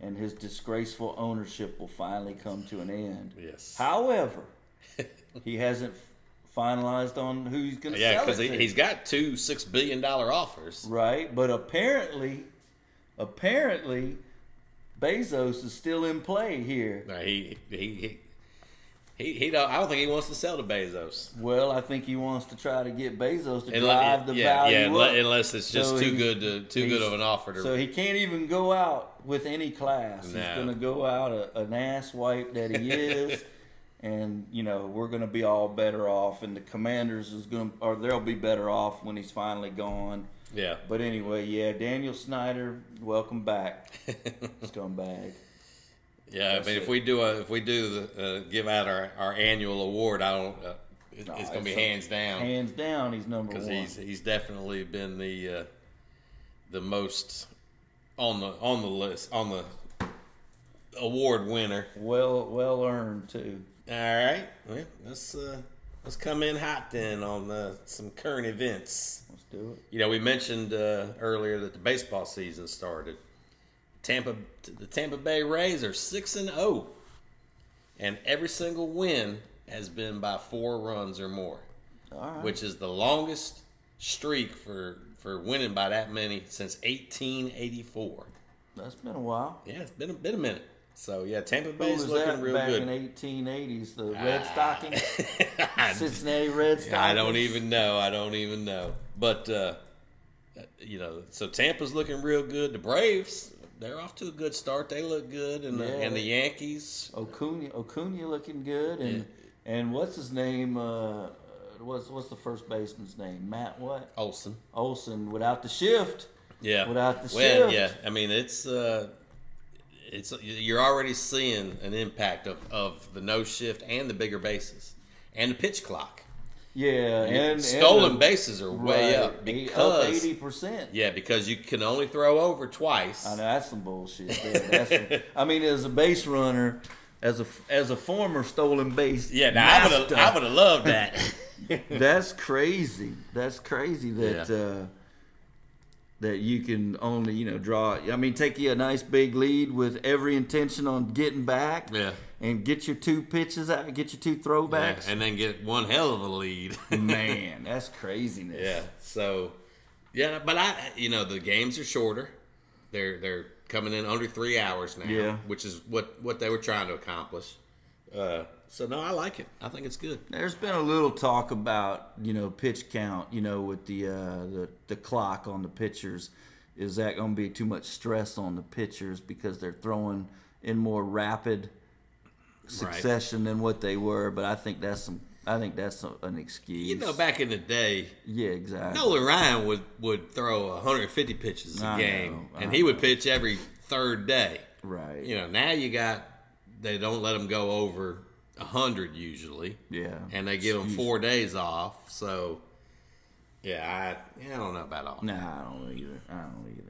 [SPEAKER 1] and his disgraceful ownership will finally come to an end.
[SPEAKER 2] Yes.
[SPEAKER 1] However, he hasn't finalized on who he's going to
[SPEAKER 2] Yeah,
[SPEAKER 1] sell
[SPEAKER 2] because
[SPEAKER 1] it
[SPEAKER 2] he,
[SPEAKER 1] to.
[SPEAKER 2] he's got two six billion dollar offers.
[SPEAKER 1] right, but apparently, apparently, Bezos is still in play here.
[SPEAKER 2] No, he he he he, he don't, I don't think he wants to sell to Bezos.
[SPEAKER 1] Well, I think he wants to try to get Bezos to
[SPEAKER 2] Unle-
[SPEAKER 1] drive the
[SPEAKER 2] yeah,
[SPEAKER 1] value
[SPEAKER 2] yeah, unle-
[SPEAKER 1] up.
[SPEAKER 2] unless it's just
[SPEAKER 1] So
[SPEAKER 2] too
[SPEAKER 1] he's-
[SPEAKER 2] good to too good
[SPEAKER 1] he's-
[SPEAKER 2] of an offer to.
[SPEAKER 1] so he can't even go out with any class. He's
[SPEAKER 2] No.
[SPEAKER 1] going to go out a, an ass wipe that he is, and you know we're going to be all better off. And the Commanders is going, to or they'll be better off when he's finally gone.
[SPEAKER 2] yeah,
[SPEAKER 1] But anyway, yeah, Daniel Snyder, welcome back, scumbag.
[SPEAKER 2] yeah. I
[SPEAKER 1] That's
[SPEAKER 2] mean,
[SPEAKER 1] it.
[SPEAKER 2] if we do a, if we do the, uh, give out our, our annual award, I don't. Uh, it,
[SPEAKER 1] No,
[SPEAKER 2] it's gonna be
[SPEAKER 1] it's a-
[SPEAKER 2] hands down
[SPEAKER 1] Hands down, he's number one.
[SPEAKER 2] because he's he's definitely been the uh, the most on the on the list on the award winner.
[SPEAKER 1] well, well earned too.
[SPEAKER 2] All right, well, let's uh, let's come in hot then on uh, some current events.
[SPEAKER 1] Let's do it.
[SPEAKER 2] You know, we mentioned uh, earlier that the baseball season started. Tampa, the Tampa Bay Rays are six and zero, and every single win has been by four runs or more,
[SPEAKER 1] All right.
[SPEAKER 2] which is the longest streak for for winning by that many since 1884.
[SPEAKER 1] That's been a while.
[SPEAKER 2] Yeah, it's been a been a minute. So yeah, Tampa
[SPEAKER 1] Who
[SPEAKER 2] Bay's
[SPEAKER 1] was
[SPEAKER 2] looking
[SPEAKER 1] that
[SPEAKER 2] real
[SPEAKER 1] back
[SPEAKER 2] good. Ah,
[SPEAKER 1] in 1880s? The Red Stockings, Cincinnati Red Stockings.
[SPEAKER 2] e-, I don't even know. I don't even know. But uh, you know, so Tampa's looking real good. The Braves, they're off to a good start. They look good, and the,
[SPEAKER 1] Yeah.
[SPEAKER 2] and the Yankees.
[SPEAKER 1] Acuna,
[SPEAKER 2] e-,
[SPEAKER 1] Acuna looking good, and and what's his name? Uh, what's what's the first baseman's name? Matt what?
[SPEAKER 2] Olson,
[SPEAKER 1] Olson without the shift.
[SPEAKER 2] yeah.
[SPEAKER 1] Without the shift.
[SPEAKER 2] yeah. I mean, it's uh, it's you're already seeing an impact of of the no shift and the bigger bases and the pitch clock.
[SPEAKER 1] Yeah, and
[SPEAKER 2] Stolen
[SPEAKER 1] and the-
[SPEAKER 2] bases are way up
[SPEAKER 1] He
[SPEAKER 2] because
[SPEAKER 1] up eighty percent.
[SPEAKER 2] yeah, because you can only throw over twice.
[SPEAKER 1] I know that's some bullshit. There. That's some- I mean, as a base runner, as a as a former stolen base,
[SPEAKER 2] Yeah, now I would
[SPEAKER 1] master,
[SPEAKER 2] have I would have loved that.
[SPEAKER 1] That's crazy. That's crazy that
[SPEAKER 2] Yeah.
[SPEAKER 1] uh, that you can only you know draw. I mean, take you a nice big lead with every intention on getting back.
[SPEAKER 2] Yeah.
[SPEAKER 1] and get your two pitches out, get your two throwbacks.
[SPEAKER 2] and then get one hell of a lead.
[SPEAKER 1] Man, that's craziness.
[SPEAKER 2] yeah. So, yeah, but I, you know, the games are shorter. They're they're coming in under three hours now,
[SPEAKER 1] Yeah.
[SPEAKER 2] which is what what they were trying to accomplish. Uh, so no, I like it. I think it's good.
[SPEAKER 1] There's been a little talk about you know pitch count, you know, with the uh, the the clock on the pitchers. Is that going to be too much stress on the pitchers because they're throwing in more rapid succession than what they were? But I think that's some. I think that's some, an excuse.
[SPEAKER 2] You know, back in the day,
[SPEAKER 1] yeah, exactly.
[SPEAKER 2] Nolan Ryan would would throw 150 pitches a
[SPEAKER 1] I
[SPEAKER 2] game,
[SPEAKER 1] know, I
[SPEAKER 2] and he would pitch every third day.
[SPEAKER 1] right.
[SPEAKER 2] You know, now you got they don't let them go over 100 usually.
[SPEAKER 1] yeah.
[SPEAKER 2] and they give them four days off. So, yeah, I, yeah, I don't know about all.
[SPEAKER 1] Nah, I don't either. I don't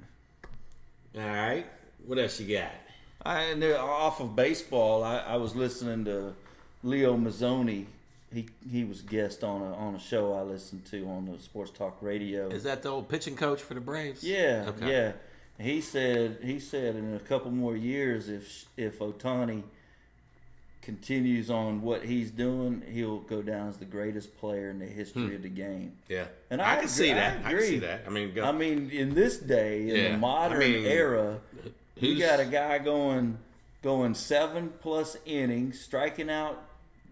[SPEAKER 1] either.
[SPEAKER 2] All right, what else you got?
[SPEAKER 1] I, and there, off of baseball, I, I was listening to Leo Mazzoni. He he was guest on a on a show I listened to on the Sports Talk Radio.
[SPEAKER 2] Is that the old pitching coach for the Braves?
[SPEAKER 1] yeah, yeah. He said he said in a couple more years, if if Otani continues on what he's doing, he'll go down as the greatest player in the history
[SPEAKER 2] Hmm.
[SPEAKER 1] of the game.
[SPEAKER 2] yeah.
[SPEAKER 1] And
[SPEAKER 2] And
[SPEAKER 1] I
[SPEAKER 2] I, can
[SPEAKER 1] agree-
[SPEAKER 2] see
[SPEAKER 1] I
[SPEAKER 2] that. I, can see
[SPEAKER 1] agree.
[SPEAKER 2] that. I mean, go,
[SPEAKER 1] I mean, in this day, in
[SPEAKER 2] Yeah,
[SPEAKER 1] the
[SPEAKER 2] I
[SPEAKER 1] modern
[SPEAKER 2] mean,
[SPEAKER 1] era, you
[SPEAKER 2] who's-
[SPEAKER 1] got a guy going going seven plus innings, striking out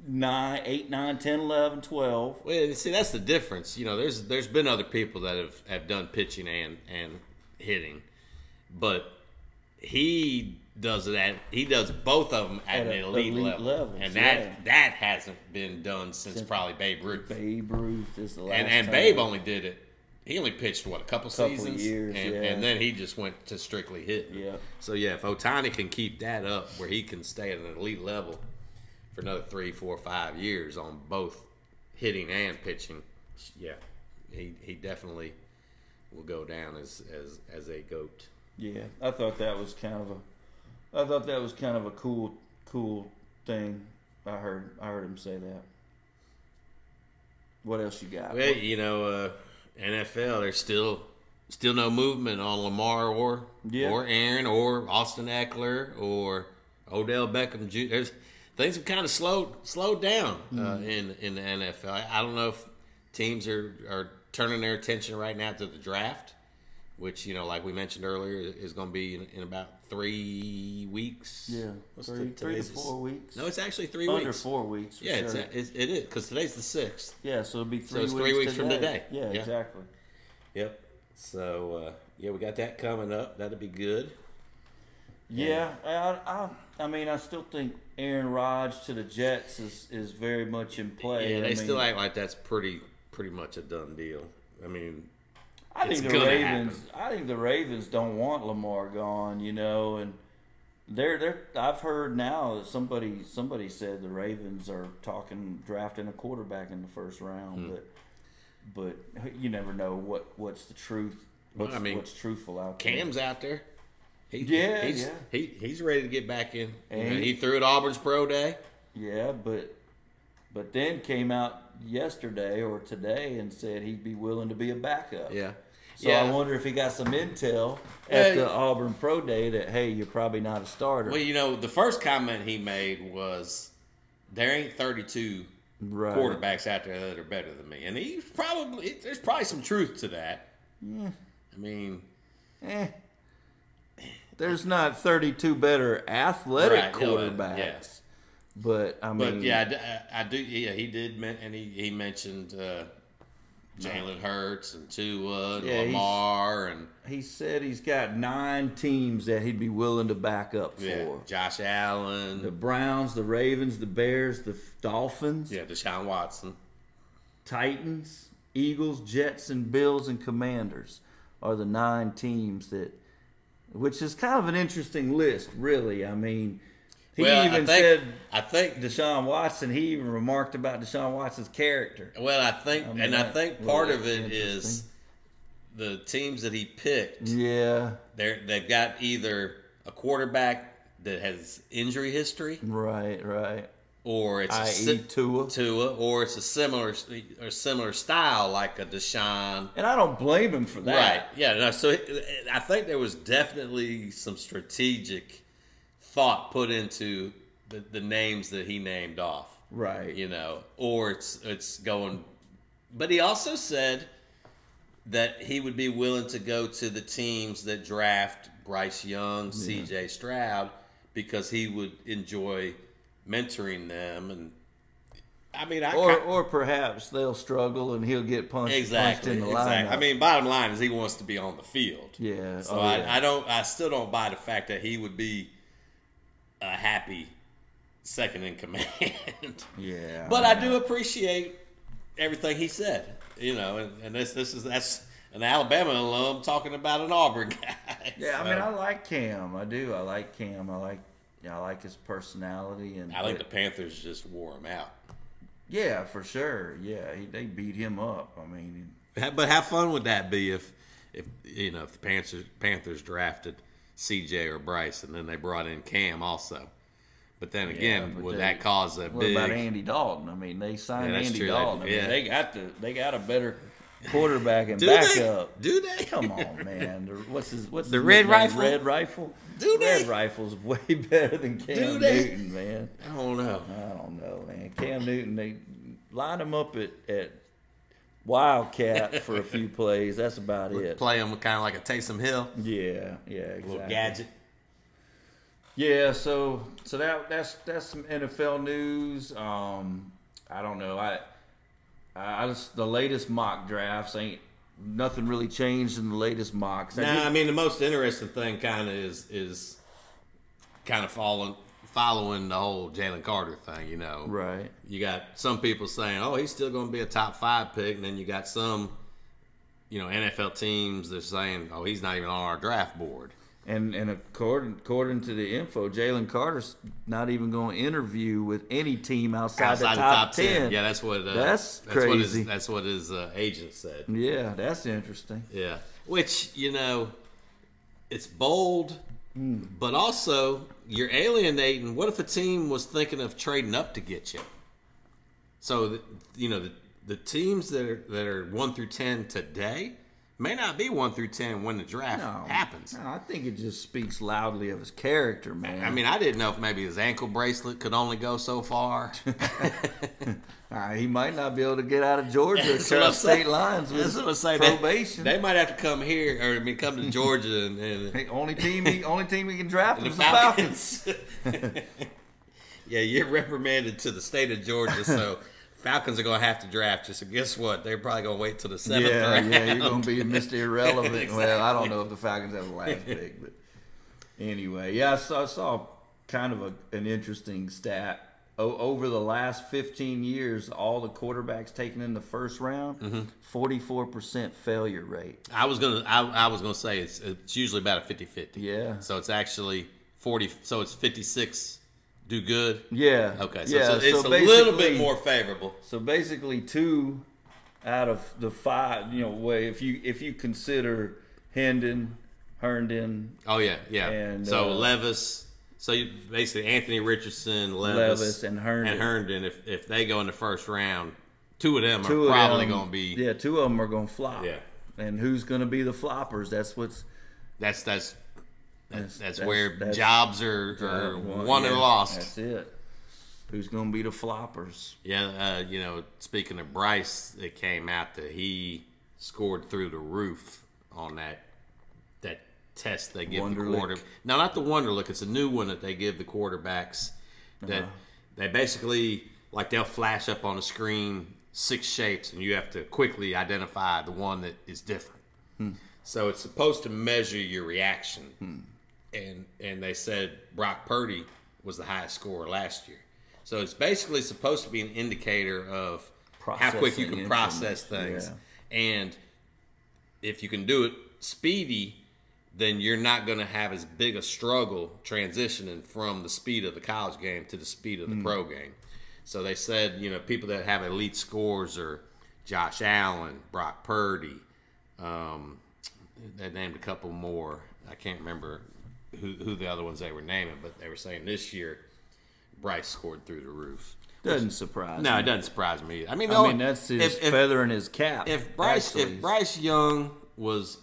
[SPEAKER 1] nine, eight, nine, ten, eleven, twelve.
[SPEAKER 2] well, see, that's the difference. You know, there's there's been other people that have have done pitching and and hitting, but he does it at he does both of them at,
[SPEAKER 1] At
[SPEAKER 2] an
[SPEAKER 1] a-
[SPEAKER 2] elite,
[SPEAKER 1] elite
[SPEAKER 2] level,
[SPEAKER 1] levels,
[SPEAKER 2] and
[SPEAKER 1] yeah.
[SPEAKER 2] that that hasn't been done since, probably Babe Ruth.
[SPEAKER 1] Babe Ruth is the last.
[SPEAKER 2] and and
[SPEAKER 1] time.
[SPEAKER 2] Babe only did it. He only pitched what a couple,
[SPEAKER 1] Couple
[SPEAKER 2] seasons,
[SPEAKER 1] years,
[SPEAKER 2] and,
[SPEAKER 1] yeah.
[SPEAKER 2] and then he just went to strictly hit.
[SPEAKER 1] Yeah.
[SPEAKER 2] So yeah, if Otani can keep that up, where he can stay at an elite level for another three, four, five years on both hitting and pitching, yeah, he he definitely will go down as as as a goat.
[SPEAKER 1] Yeah, I thought that was kind of a, I thought that was kind of a cool, cool thing. I heard, I heard him say that. What else you got?
[SPEAKER 2] Well, you know, uh, NFL, there's still still no movement on Lamar or
[SPEAKER 1] Yeah.
[SPEAKER 2] or Aaron or Austin Eckler or Odell Beckham. Ju- There's things have kind of slowed slowed down
[SPEAKER 1] Mm-hmm.
[SPEAKER 2] uh, in in the NFL. I, I don't know if teams are are turning their attention right now to the draft, which you know, like we mentioned earlier, is going to be in, in about three weeks.
[SPEAKER 1] yeah,
[SPEAKER 2] What's
[SPEAKER 1] three,
[SPEAKER 2] the-
[SPEAKER 1] three to
[SPEAKER 2] today's the-
[SPEAKER 1] four weeks.
[SPEAKER 2] No, it's actually three
[SPEAKER 1] under
[SPEAKER 2] weeks.
[SPEAKER 1] four weeks. For
[SPEAKER 2] yeah, it's,
[SPEAKER 1] sure.
[SPEAKER 2] it's, it is because today's the sixth.
[SPEAKER 1] yeah. So it'd be three
[SPEAKER 2] it's
[SPEAKER 1] weeks.
[SPEAKER 2] three weeks from today.
[SPEAKER 1] Yeah,
[SPEAKER 2] Yeah.
[SPEAKER 1] exactly.
[SPEAKER 2] Yep. So uh, yeah, we got that coming up. That'll be good.
[SPEAKER 1] Yeah, I, I, I mean, I still think Aaron Rodgers to the Jets is is very much in play.
[SPEAKER 2] yeah,
[SPEAKER 1] I
[SPEAKER 2] they
[SPEAKER 1] mean,
[SPEAKER 2] still act like that's pretty pretty much a done deal. I mean,
[SPEAKER 1] I
[SPEAKER 2] It's
[SPEAKER 1] think the
[SPEAKER 2] gonna
[SPEAKER 1] Ravens. I think the Ravens don't want Lamar gone. You know, and they're they're. I've heard now that somebody somebody said the Ravens are talking drafting a quarterback in the first
[SPEAKER 2] Hmm.
[SPEAKER 1] round, but but you never know what what's the truth. What's,
[SPEAKER 2] I mean,
[SPEAKER 1] what's truthful out there.
[SPEAKER 2] Cam's out there. He,
[SPEAKER 1] Yeah,
[SPEAKER 2] he's,
[SPEAKER 1] yeah.
[SPEAKER 2] He he's ready to get back in. You know,
[SPEAKER 1] And-
[SPEAKER 2] he threw at Auburn's pro day.
[SPEAKER 1] Yeah, but but then came out yesterday or today and said he'd be willing to be a backup.
[SPEAKER 2] Yeah.
[SPEAKER 1] So
[SPEAKER 2] yeah.
[SPEAKER 1] I wonder if he got some intel at
[SPEAKER 2] Yeah.
[SPEAKER 1] the Auburn Pro Day that hey, you're probably not a starter.
[SPEAKER 2] well, you know, the first comment he made was, "There ain't 32
[SPEAKER 1] right.
[SPEAKER 2] quarterbacks out there that are better than me," and he's probably there's probably some truth to that. Hmm. I mean,
[SPEAKER 1] Eh. There's not 32 better athletic
[SPEAKER 2] Right, no, uh,
[SPEAKER 1] quarterbacks.
[SPEAKER 2] yeah.
[SPEAKER 1] But I mean,
[SPEAKER 2] But yeah, I d- I, I do. Yeah, he did, men- and he, he mentioned uh, Jalen Hurts and Tua and
[SPEAKER 1] Yeah, he's-
[SPEAKER 2] Lamar and
[SPEAKER 1] he said he's got nine teams that he'd be willing to back up
[SPEAKER 2] yeah,
[SPEAKER 1] for.
[SPEAKER 2] Josh Allen.
[SPEAKER 1] The Browns, the Ravens, the Bears, the Dolphins.
[SPEAKER 2] yeah, Deshaun Watson.
[SPEAKER 1] Titans, Eagles, Jets, and Bills and Commanders are the nine teams that, which is kind of an interesting list, really. I mean, he
[SPEAKER 2] well,
[SPEAKER 1] even
[SPEAKER 2] I think,
[SPEAKER 1] said
[SPEAKER 2] I think.
[SPEAKER 1] Deshaun Watson. He even remarked about Deshaun Watson's character.
[SPEAKER 2] Well, I think,
[SPEAKER 1] mean,
[SPEAKER 2] and I
[SPEAKER 1] that
[SPEAKER 2] think
[SPEAKER 1] would
[SPEAKER 2] part
[SPEAKER 1] be
[SPEAKER 2] of it is
[SPEAKER 1] interesting. Mm-hmm.
[SPEAKER 2] the teams that he picked.
[SPEAKER 1] Yeah,
[SPEAKER 2] They're they've got either a quarterback that has injury history,
[SPEAKER 1] right, right.
[SPEAKER 2] or it's a
[SPEAKER 1] I.e.
[SPEAKER 2] si-
[SPEAKER 1] Tua.
[SPEAKER 2] Tua, or it's a similar or similar style like a Deshaun.
[SPEAKER 1] And I don't blame him for
[SPEAKER 2] Right.
[SPEAKER 1] that.
[SPEAKER 2] Yeah. No, so it- I think there was definitely some strategic thought put into the, the names that he named off.
[SPEAKER 1] Right. Right.
[SPEAKER 2] You know, or it's it's going. But he also said that he would be willing to go to the teams that draft Bryce Young, C.J. Stroud, because he would enjoy mentoring them. And I mean, I
[SPEAKER 1] Or,
[SPEAKER 2] ki-
[SPEAKER 1] or perhaps they'll struggle and he'll get punched,
[SPEAKER 2] Exactly.
[SPEAKER 1] punched in the
[SPEAKER 2] exactly.
[SPEAKER 1] lineup.
[SPEAKER 2] I mean, bottom line is he wants to be on the field.
[SPEAKER 1] Yeah,
[SPEAKER 2] So
[SPEAKER 1] oh,
[SPEAKER 2] I,
[SPEAKER 1] yeah.
[SPEAKER 2] I don't. I still don't buy the fact that he would be a happy second in command.
[SPEAKER 1] yeah.
[SPEAKER 2] but I do appreciate everything he said. You know, and, and this this is that's an Alabama alum talking about an Auburn guy.
[SPEAKER 1] Yeah, I
[SPEAKER 2] So,
[SPEAKER 1] mean, I like Cam. I do. I like Cam. I like, I like his personality and.
[SPEAKER 2] I think the Panthers just wore him out.
[SPEAKER 1] Yeah, for sure. Yeah, he, they beat him up. I mean,
[SPEAKER 2] But how fun would that be if, if you know, if the Panthers Panthers drafted CJ or Bryce and then they brought in Cam also? But then again,
[SPEAKER 1] but
[SPEAKER 2] would
[SPEAKER 1] they-
[SPEAKER 2] that cause a
[SPEAKER 1] what
[SPEAKER 2] big?
[SPEAKER 1] about Andy Dalton? I mean, they signed
[SPEAKER 2] Yeah, that's
[SPEAKER 1] Andy
[SPEAKER 2] true. They-
[SPEAKER 1] Dalton. I mean,
[SPEAKER 2] yeah.
[SPEAKER 1] they got the they got a better quarterback and
[SPEAKER 2] do
[SPEAKER 1] backup.
[SPEAKER 2] they? Do they?
[SPEAKER 1] Come on, man. The- What's his what's
[SPEAKER 2] The
[SPEAKER 1] his
[SPEAKER 2] Red
[SPEAKER 1] nickname?
[SPEAKER 2] Rifle?
[SPEAKER 1] Red Rifle.
[SPEAKER 2] Do they?
[SPEAKER 1] Red Rifle's way better than Cam
[SPEAKER 2] Do they?
[SPEAKER 1] Newton, man.
[SPEAKER 2] I don't know.
[SPEAKER 1] I don't know, man. Cam Newton, they lined him up at, at Wildcat for a few plays. That's about it.
[SPEAKER 2] Play him kind of like a Taysom Hill,
[SPEAKER 1] Yeah, yeah, exactly.
[SPEAKER 2] little gadget.
[SPEAKER 1] Yeah, so so that that's that's some NFL news. Um, I don't know. I I I just the latest mock drafts ain't nothing really changed in the latest mocks. I
[SPEAKER 2] Now, I
[SPEAKER 1] did-
[SPEAKER 2] mean, the most interesting thing kind of is is kind of following following the whole Jalen Carter thing. You know,
[SPEAKER 1] right.
[SPEAKER 2] you got some people saying, "Oh, he's still going to be a top five pick," and then you got some you know, NFL teams they're saying, "Oh, he's not even on our draft board."
[SPEAKER 1] And and according according to the info, Jalen Carter's not even going to interview with any team outside,
[SPEAKER 2] Outside
[SPEAKER 1] the top, ten.
[SPEAKER 2] yeah, that's what. Uh,
[SPEAKER 1] That's
[SPEAKER 2] What his,
[SPEAKER 1] crazy.
[SPEAKER 2] that's what his uh, agent said.
[SPEAKER 1] yeah, that's interesting.
[SPEAKER 2] Yeah, which you know, it's bold,
[SPEAKER 1] Hmm.
[SPEAKER 2] but also you're alienating. What if a team was thinking of trading up to get you? So the, you know the, the teams that are that are one through ten today may not be one through ten when the draft
[SPEAKER 1] No,
[SPEAKER 2] happens.
[SPEAKER 1] No, I think it just speaks loudly of his character, man.
[SPEAKER 2] I mean, I didn't know if maybe his ankle bracelet could only go so far.
[SPEAKER 1] Uh, he might not be able to get out of Georgia
[SPEAKER 2] That's what I'm
[SPEAKER 1] across state
[SPEAKER 2] saying.
[SPEAKER 1] lines with
[SPEAKER 2] That's what I'm saying. They-
[SPEAKER 1] probation.
[SPEAKER 2] They, might have to come here, or I mean, come to Georgia and, and
[SPEAKER 1] Hey, only team, he, only team he can draft
[SPEAKER 2] the
[SPEAKER 1] is the Falcons.
[SPEAKER 2] Falcons. yeah, you're reprimanded to the state of Georgia, so Falcons are going to have to draft you. So guess what? They're probably going to wait till the seventh
[SPEAKER 1] Yeah,
[SPEAKER 2] round.
[SPEAKER 1] yeah, you're gonna be Mr. Irrelevant. Well, I
[SPEAKER 2] Exactly.
[SPEAKER 1] don't know if the Falcons have the last pick, but anyway, yeah, I saw, I saw kind of a, an interesting stat. O- over the last 15 years, all the quarterbacks taken in the first round,
[SPEAKER 2] Mm-hmm.
[SPEAKER 1] 44% failure rate.
[SPEAKER 2] I was gonna, I, I was gonna say it's it's usually about a 50-50.
[SPEAKER 1] Yeah.
[SPEAKER 2] So it's actually forty. So it's fifty six. Do good.
[SPEAKER 1] Yeah.
[SPEAKER 2] Okay. So
[SPEAKER 1] yeah,
[SPEAKER 2] it's, a, it's a little bit
[SPEAKER 1] basically-
[SPEAKER 2] more favorable.
[SPEAKER 1] So basically, two out of the five, you know, way if you if you consider Hendon, Herndon,
[SPEAKER 2] Oh yeah, yeah.
[SPEAKER 1] And,
[SPEAKER 2] so
[SPEAKER 1] uh,
[SPEAKER 2] Levis. So you, basically, Anthony Richardson, Levis,
[SPEAKER 1] Levis, and Herndon,
[SPEAKER 2] and Herndon. If if they go in the first round, two of them
[SPEAKER 1] two
[SPEAKER 2] are
[SPEAKER 1] of
[SPEAKER 2] probably
[SPEAKER 1] them-
[SPEAKER 2] going to be.
[SPEAKER 1] yeah, two of them are gonna flop.
[SPEAKER 2] Yeah.
[SPEAKER 1] and who's gonna be the floppers? That's what's
[SPEAKER 2] That's that's
[SPEAKER 1] that's
[SPEAKER 2] that's, where
[SPEAKER 1] that's-
[SPEAKER 2] jobs are, are
[SPEAKER 1] yeah,
[SPEAKER 2] won or
[SPEAKER 1] yeah,
[SPEAKER 2] lost.
[SPEAKER 1] That's it. Who's gonna be the floppers?
[SPEAKER 2] Yeah, uh, you know. Speaking of Bryce, it came out that he scored through the roof on that that test they give the
[SPEAKER 1] Wonderlic.
[SPEAKER 2] quarter. No, not the Wonderlick. It's a new one that they give the quarterbacks. That they basically like they'll flash up on the screen six shapes, and you have to quickly identify the one that is different. So it's supposed to measure your reaction.
[SPEAKER 1] Hmm.
[SPEAKER 2] And and they said Brock Purdy was the highest scorer last year. So it's basically supposed to be an indicator of how quick you
[SPEAKER 1] Processing
[SPEAKER 2] can process
[SPEAKER 1] information,
[SPEAKER 2] things. And if you can do it speedy, then you're not going to have as big a struggle transitioning from the speed of the college game to the speed
[SPEAKER 1] Hmm.
[SPEAKER 2] of the pro game. So they said, you know, people that have elite scores are Josh Allen, Brock Purdy. Um, they named a couple more. I can't remember who, who the other ones they were naming, but they were saying this year Bryce scored through the roof.
[SPEAKER 1] Doesn't surprise.
[SPEAKER 2] No,
[SPEAKER 1] me.
[SPEAKER 2] it doesn't surprise me. I mean,
[SPEAKER 1] I
[SPEAKER 2] no,
[SPEAKER 1] mean that's his
[SPEAKER 2] if- if-
[SPEAKER 1] feather in his cap.
[SPEAKER 2] if Bryce
[SPEAKER 1] actually.
[SPEAKER 2] if Bryce Young was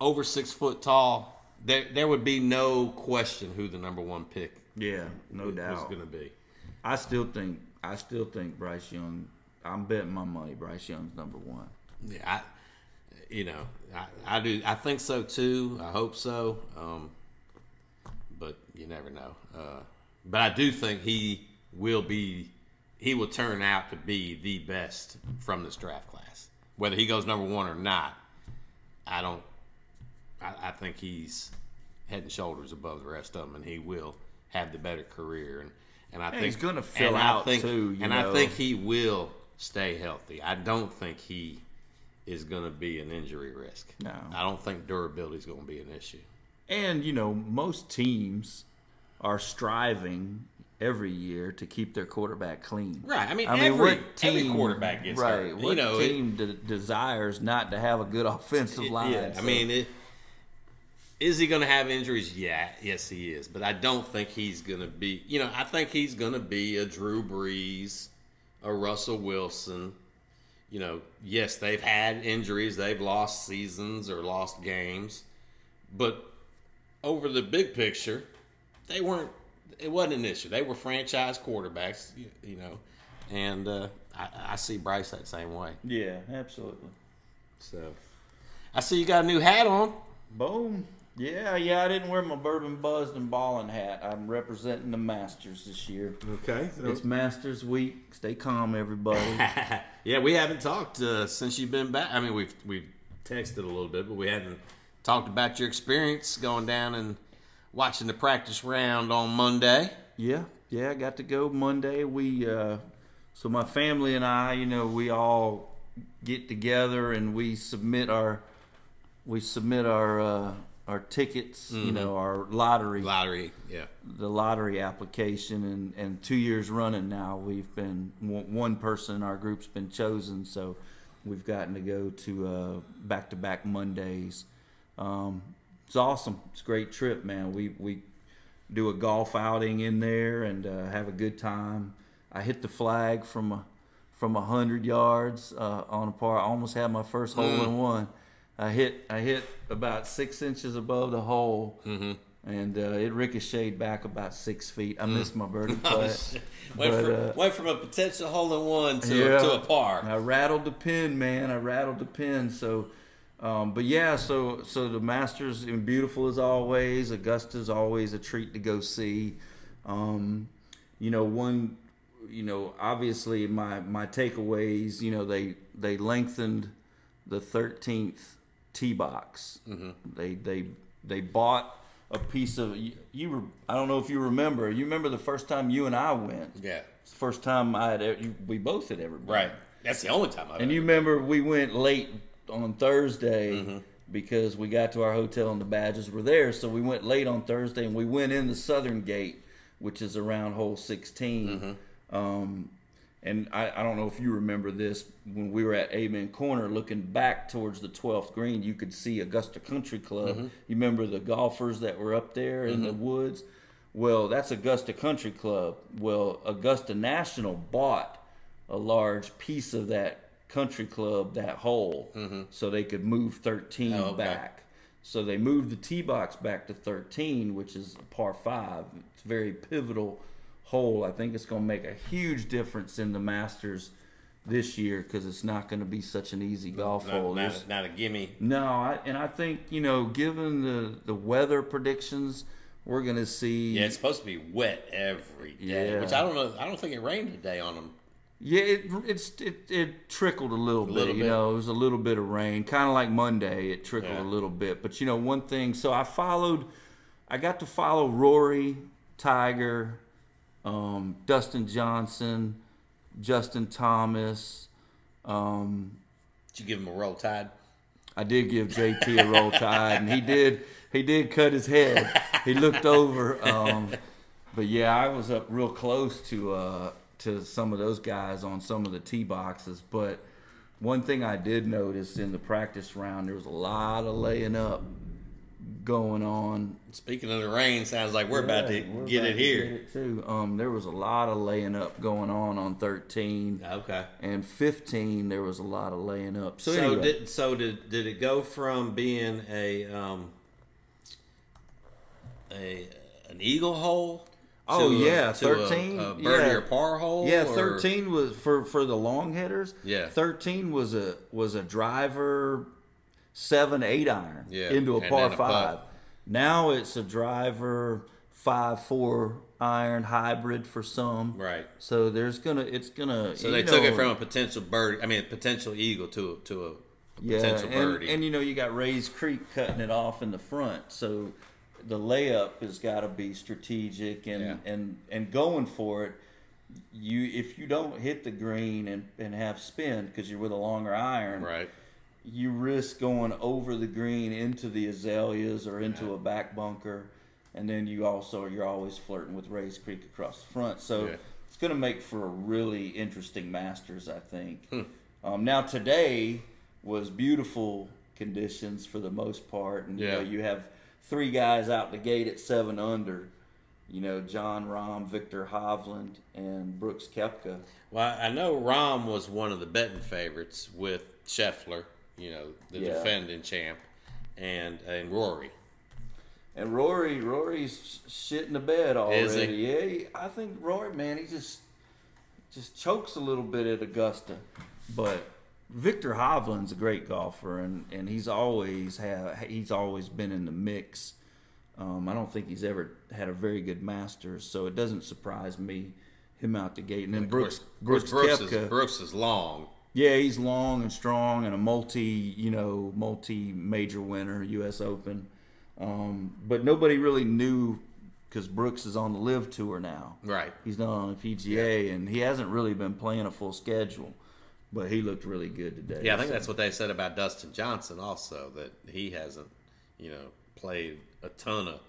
[SPEAKER 2] over six foot tall, there there would be no question who the number one pick
[SPEAKER 1] yeah, no
[SPEAKER 2] was
[SPEAKER 1] doubt.
[SPEAKER 2] going to be.
[SPEAKER 1] I still think I still think Bryce Young. I'm betting my money Bryce Young's number one.
[SPEAKER 2] Yeah, I, you know, I, I do. I think so too. I hope so. Um, but you never know. Uh, but I do think he will be. He will turn out to be the best from this draft class, whether he goes number one or not. I don't. I, I think he's head and shoulders above the rest of them, and he will have the better career. And and I think
[SPEAKER 1] he's gonna fill
[SPEAKER 2] and I
[SPEAKER 1] out,
[SPEAKER 2] think-
[SPEAKER 1] too, you
[SPEAKER 2] and I
[SPEAKER 1] know.
[SPEAKER 2] think he will stay healthy. I don't think he is going to be an injury risk.
[SPEAKER 1] No.
[SPEAKER 2] I don't think durability is going to be an issue.
[SPEAKER 1] And you know, most teams are striving every year to keep their quarterback clean.
[SPEAKER 2] Right. I mean, every, every quarterback gets
[SPEAKER 1] right?
[SPEAKER 2] hurt.
[SPEAKER 1] What
[SPEAKER 2] you know, it-
[SPEAKER 1] team de- desires not to have a good offensive line?
[SPEAKER 2] Yeah, I
[SPEAKER 1] So,
[SPEAKER 2] mean, it, is he going to have injuries? Yeah, yes, he is. But I don't think he's going to be. You know, I think he's going to be a Drew Brees, a Russell Wilson. You know, yes, they've had injuries, they've lost seasons or lost games, but over the big picture, they weren't. It wasn't an issue. They were franchise quarterbacks, you, you know, and uh, I, I see Bryce that same way.
[SPEAKER 3] Yeah, absolutely.
[SPEAKER 2] So, I see you got a new hat on.
[SPEAKER 3] Boom. Yeah, yeah. I didn't wear my bourbon buzzed and balling hat. I'm representing the Masters this year.
[SPEAKER 2] Okay.
[SPEAKER 1] it's Masters Week. Stay calm, everybody.
[SPEAKER 2] yeah, we haven't talked uh, since you've been back. I mean, we've we've texted a little bit, but we haven't talked about your experience going down and watching the practice round on Monday.
[SPEAKER 1] Yeah, yeah, I got to go Monday. We uh so my family and I, you know, we all get together and we submit our we submit our uh, our tickets, you know, our lottery
[SPEAKER 2] Lottery, yeah.
[SPEAKER 1] the lottery application, and, and two years running now, we've been one one person in our group's been chosen, so we've gotten to go to back to back Mondays. Um, it's awesome. It's a great trip, man. We we do a golf outing in there and uh, have a good time. I hit the flag from a from a hundred yards uh, on a par. I almost had my first hole in one. I hit I hit about six inches above the hole, and uh, it ricocheted back about six feet. I missed my birdie putt.
[SPEAKER 2] Went,
[SPEAKER 1] but,
[SPEAKER 2] from,
[SPEAKER 1] uh,
[SPEAKER 2] went from a potential hole in one to, to a par.
[SPEAKER 1] I rattled the pin, man. I rattled the pin. So, um, but yeah, so so the Masters and beautiful as always. Augusta's always a treat to go see. Um, you know, one, you know, obviously my my takeaways. You know, they they lengthened the thirteenth tee box.
[SPEAKER 2] Mm-hmm.
[SPEAKER 1] They they they bought a piece of you, you were I don't know if you remember. You remember the first time you and I went.
[SPEAKER 2] Yeah,
[SPEAKER 1] It's the first time I had ever, you, we both had ever been.
[SPEAKER 2] right. That's the only time I've
[SPEAKER 1] And you remember we went late on Thursday because we got to our hotel and the badges were there. So we went late on Thursday and we went in the southern gate, which is around hole 16. Um, and I, I don't know if you remember this when we were at Amen Corner looking back towards the 12th green, you could see Augusta Country Club.
[SPEAKER 2] Mm-hmm.
[SPEAKER 1] You remember the golfers that were up there in the woods? Well, that's Augusta Country Club. Well, Augusta National bought a large piece of that country club, that hole, so they could move 13
[SPEAKER 2] Mm-hmm. Oh, okay.
[SPEAKER 1] back. So they moved the tee box back to 13, which is a par five. It's a very pivotal hole. I think it's going to make a huge difference in the Masters this year because it's not going to be such an easy golf hole.
[SPEAKER 2] not,
[SPEAKER 1] There's-
[SPEAKER 2] not, not a gimme.
[SPEAKER 1] no, I, and I think you know, given the the weather predictions, we're going to see.
[SPEAKER 2] Yeah, it's supposed to be wet every day,
[SPEAKER 1] Yeah.
[SPEAKER 2] which I don't know. I don't think it rained today on them.
[SPEAKER 1] Yeah, it it's it, it trickled a little bit.
[SPEAKER 2] little
[SPEAKER 1] you
[SPEAKER 2] bit.
[SPEAKER 1] know, it was a little bit of rain, kind of like Monday. It trickled
[SPEAKER 2] Yeah.
[SPEAKER 1] a little bit, but you know, one thing. So I followed, I got to follow Rory, Tiger, um, Dustin Johnson, Justin Thomas. Um,
[SPEAKER 2] Did you give him a roll tide?
[SPEAKER 1] I did give JT a roll tide, and he did he did cut his head. He looked over, um, but yeah, I was up real close to uh, to some of those guys on some of the tee boxes. But one thing I did notice in the practice round, there was a lot of laying up going on.
[SPEAKER 2] Speaking of the rain, sounds like we're about to
[SPEAKER 1] Yeah, we're
[SPEAKER 2] get
[SPEAKER 1] about
[SPEAKER 2] it
[SPEAKER 1] to
[SPEAKER 2] here.
[SPEAKER 1] it too. Um, there was a lot of laying up going on on thirteen
[SPEAKER 2] Okay.
[SPEAKER 1] and fifteen. There was a lot of laying up. So,
[SPEAKER 2] So
[SPEAKER 1] anyway.
[SPEAKER 2] did so did did it go from being a um a an eagle hole?
[SPEAKER 1] Oh,
[SPEAKER 2] to a-
[SPEAKER 1] yeah,
[SPEAKER 2] to a-
[SPEAKER 1] 13,
[SPEAKER 2] A, birdie
[SPEAKER 1] yeah.
[SPEAKER 2] or par hole?
[SPEAKER 1] Yeah,
[SPEAKER 2] or-
[SPEAKER 1] thirteen was for for the long hitters.
[SPEAKER 2] Yeah.
[SPEAKER 1] thirteen was a was a driver seven eight iron
[SPEAKER 2] Yeah,
[SPEAKER 1] into a
[SPEAKER 2] and
[SPEAKER 1] par
[SPEAKER 2] then a putt.
[SPEAKER 1] five. Now it's a driver five four iron hybrid for some.
[SPEAKER 2] Right.
[SPEAKER 1] So there's gonna it's gonna.
[SPEAKER 2] So they took it from a potential bird. I mean, a potential eagle to a, to a potential
[SPEAKER 1] and,
[SPEAKER 2] birdie.
[SPEAKER 1] And you know, you got Ray's Creek cutting it off in the front, so the layup has got to be strategic and
[SPEAKER 2] Yeah.
[SPEAKER 1] and and going for it. You if you don't hit the green and and have spin because you're with a longer iron,
[SPEAKER 2] right.
[SPEAKER 1] you risk going over the green into the azaleas or into a back bunker, and then you also you're always flirting with Ray's Creek across the front. So
[SPEAKER 2] Yeah.
[SPEAKER 1] it's going to make for a really interesting Masters, I think.
[SPEAKER 2] Hmm.
[SPEAKER 1] Um, now today was beautiful conditions for the most part, and
[SPEAKER 2] Yeah.
[SPEAKER 1] you, know, you have three guys out the gate at seven under. You know, John Rahm, Victor Hovland, and Brooks Kepka.
[SPEAKER 2] Well, I know Rom was one of the betting favorites with Scheffler, you know, the
[SPEAKER 1] Yeah.
[SPEAKER 2] defending champ, and and Rory.
[SPEAKER 1] And Rory, Rory's shitting the bed already.
[SPEAKER 2] Is he?
[SPEAKER 1] Yeah, he, I think Rory, man, he just just chokes a little bit at Augusta. But Victor Hovland's a great golfer, and and he's always have he's always been in the mix. Um, I don't think he's ever had a very good Masters, so it doesn't surprise me him out the gate. And then Brooks, Brooks,
[SPEAKER 2] Brooks
[SPEAKER 1] Koepka.
[SPEAKER 2] is Brooks is long.
[SPEAKER 1] Yeah, he's long and strong and a multi, you know, multi major winner, U.S. Open. Um, but nobody really knew because Brooks is on the live tour now.
[SPEAKER 2] Right.
[SPEAKER 1] He's not on the PGA and he hasn't really been playing a full schedule.
[SPEAKER 4] But he looked really good today.
[SPEAKER 2] Yeah, I think
[SPEAKER 4] so-
[SPEAKER 2] that's what they said about Dustin Johnson also that he hasn't, you know, played a ton of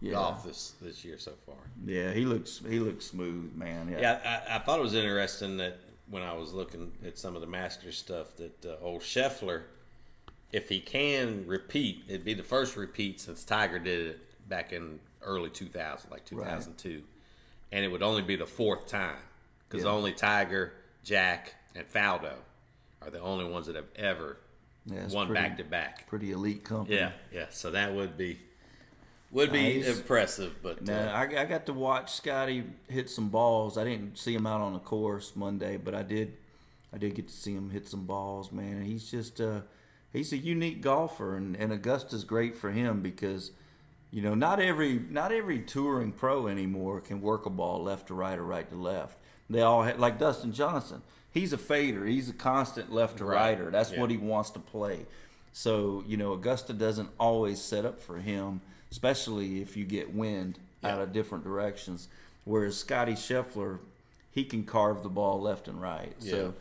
[SPEAKER 4] Yeah.
[SPEAKER 2] golf this this year so far.
[SPEAKER 4] Yeah, he looks he looks smooth, man. Yeah.
[SPEAKER 2] Yeah, I, I thought it was interesting that when I was looking at some of the Masters stuff that uh, old Scheffler, if he can repeat, it'd be the first repeat since Tiger did it back in early 2000, like 2002, and it would only be the fourth time because
[SPEAKER 4] Yeah.
[SPEAKER 2] only Tiger, Jack, and Faldo are the only ones that have ever
[SPEAKER 4] Yeah, it's
[SPEAKER 2] won
[SPEAKER 4] pretty-
[SPEAKER 2] back to back.
[SPEAKER 4] Pretty elite company.
[SPEAKER 2] Yeah, yeah. So that would be would be
[SPEAKER 4] Nice.
[SPEAKER 2] impressive, but
[SPEAKER 1] No,
[SPEAKER 2] uh,
[SPEAKER 1] I, I got to watch Scotty hit some balls. I didn't see him out on the course Monday, but I did. I did get to see him hit some balls, man. And he's just uh, he's a unique golfer, and, and Augusta's great for him because you know not every not every touring pro anymore can work a ball left to right or right to left. They all had, like Dustin Johnson. He's a fader. He's a constant left to
[SPEAKER 2] Right.
[SPEAKER 1] righter. That's
[SPEAKER 2] Yeah.
[SPEAKER 1] what he wants to play. So you know Augusta doesn't always set up for him, especially if you get wind out of different directions. Whereas Scotty Scheffler, he can carve the ball left and right.
[SPEAKER 2] Yeah.
[SPEAKER 1] So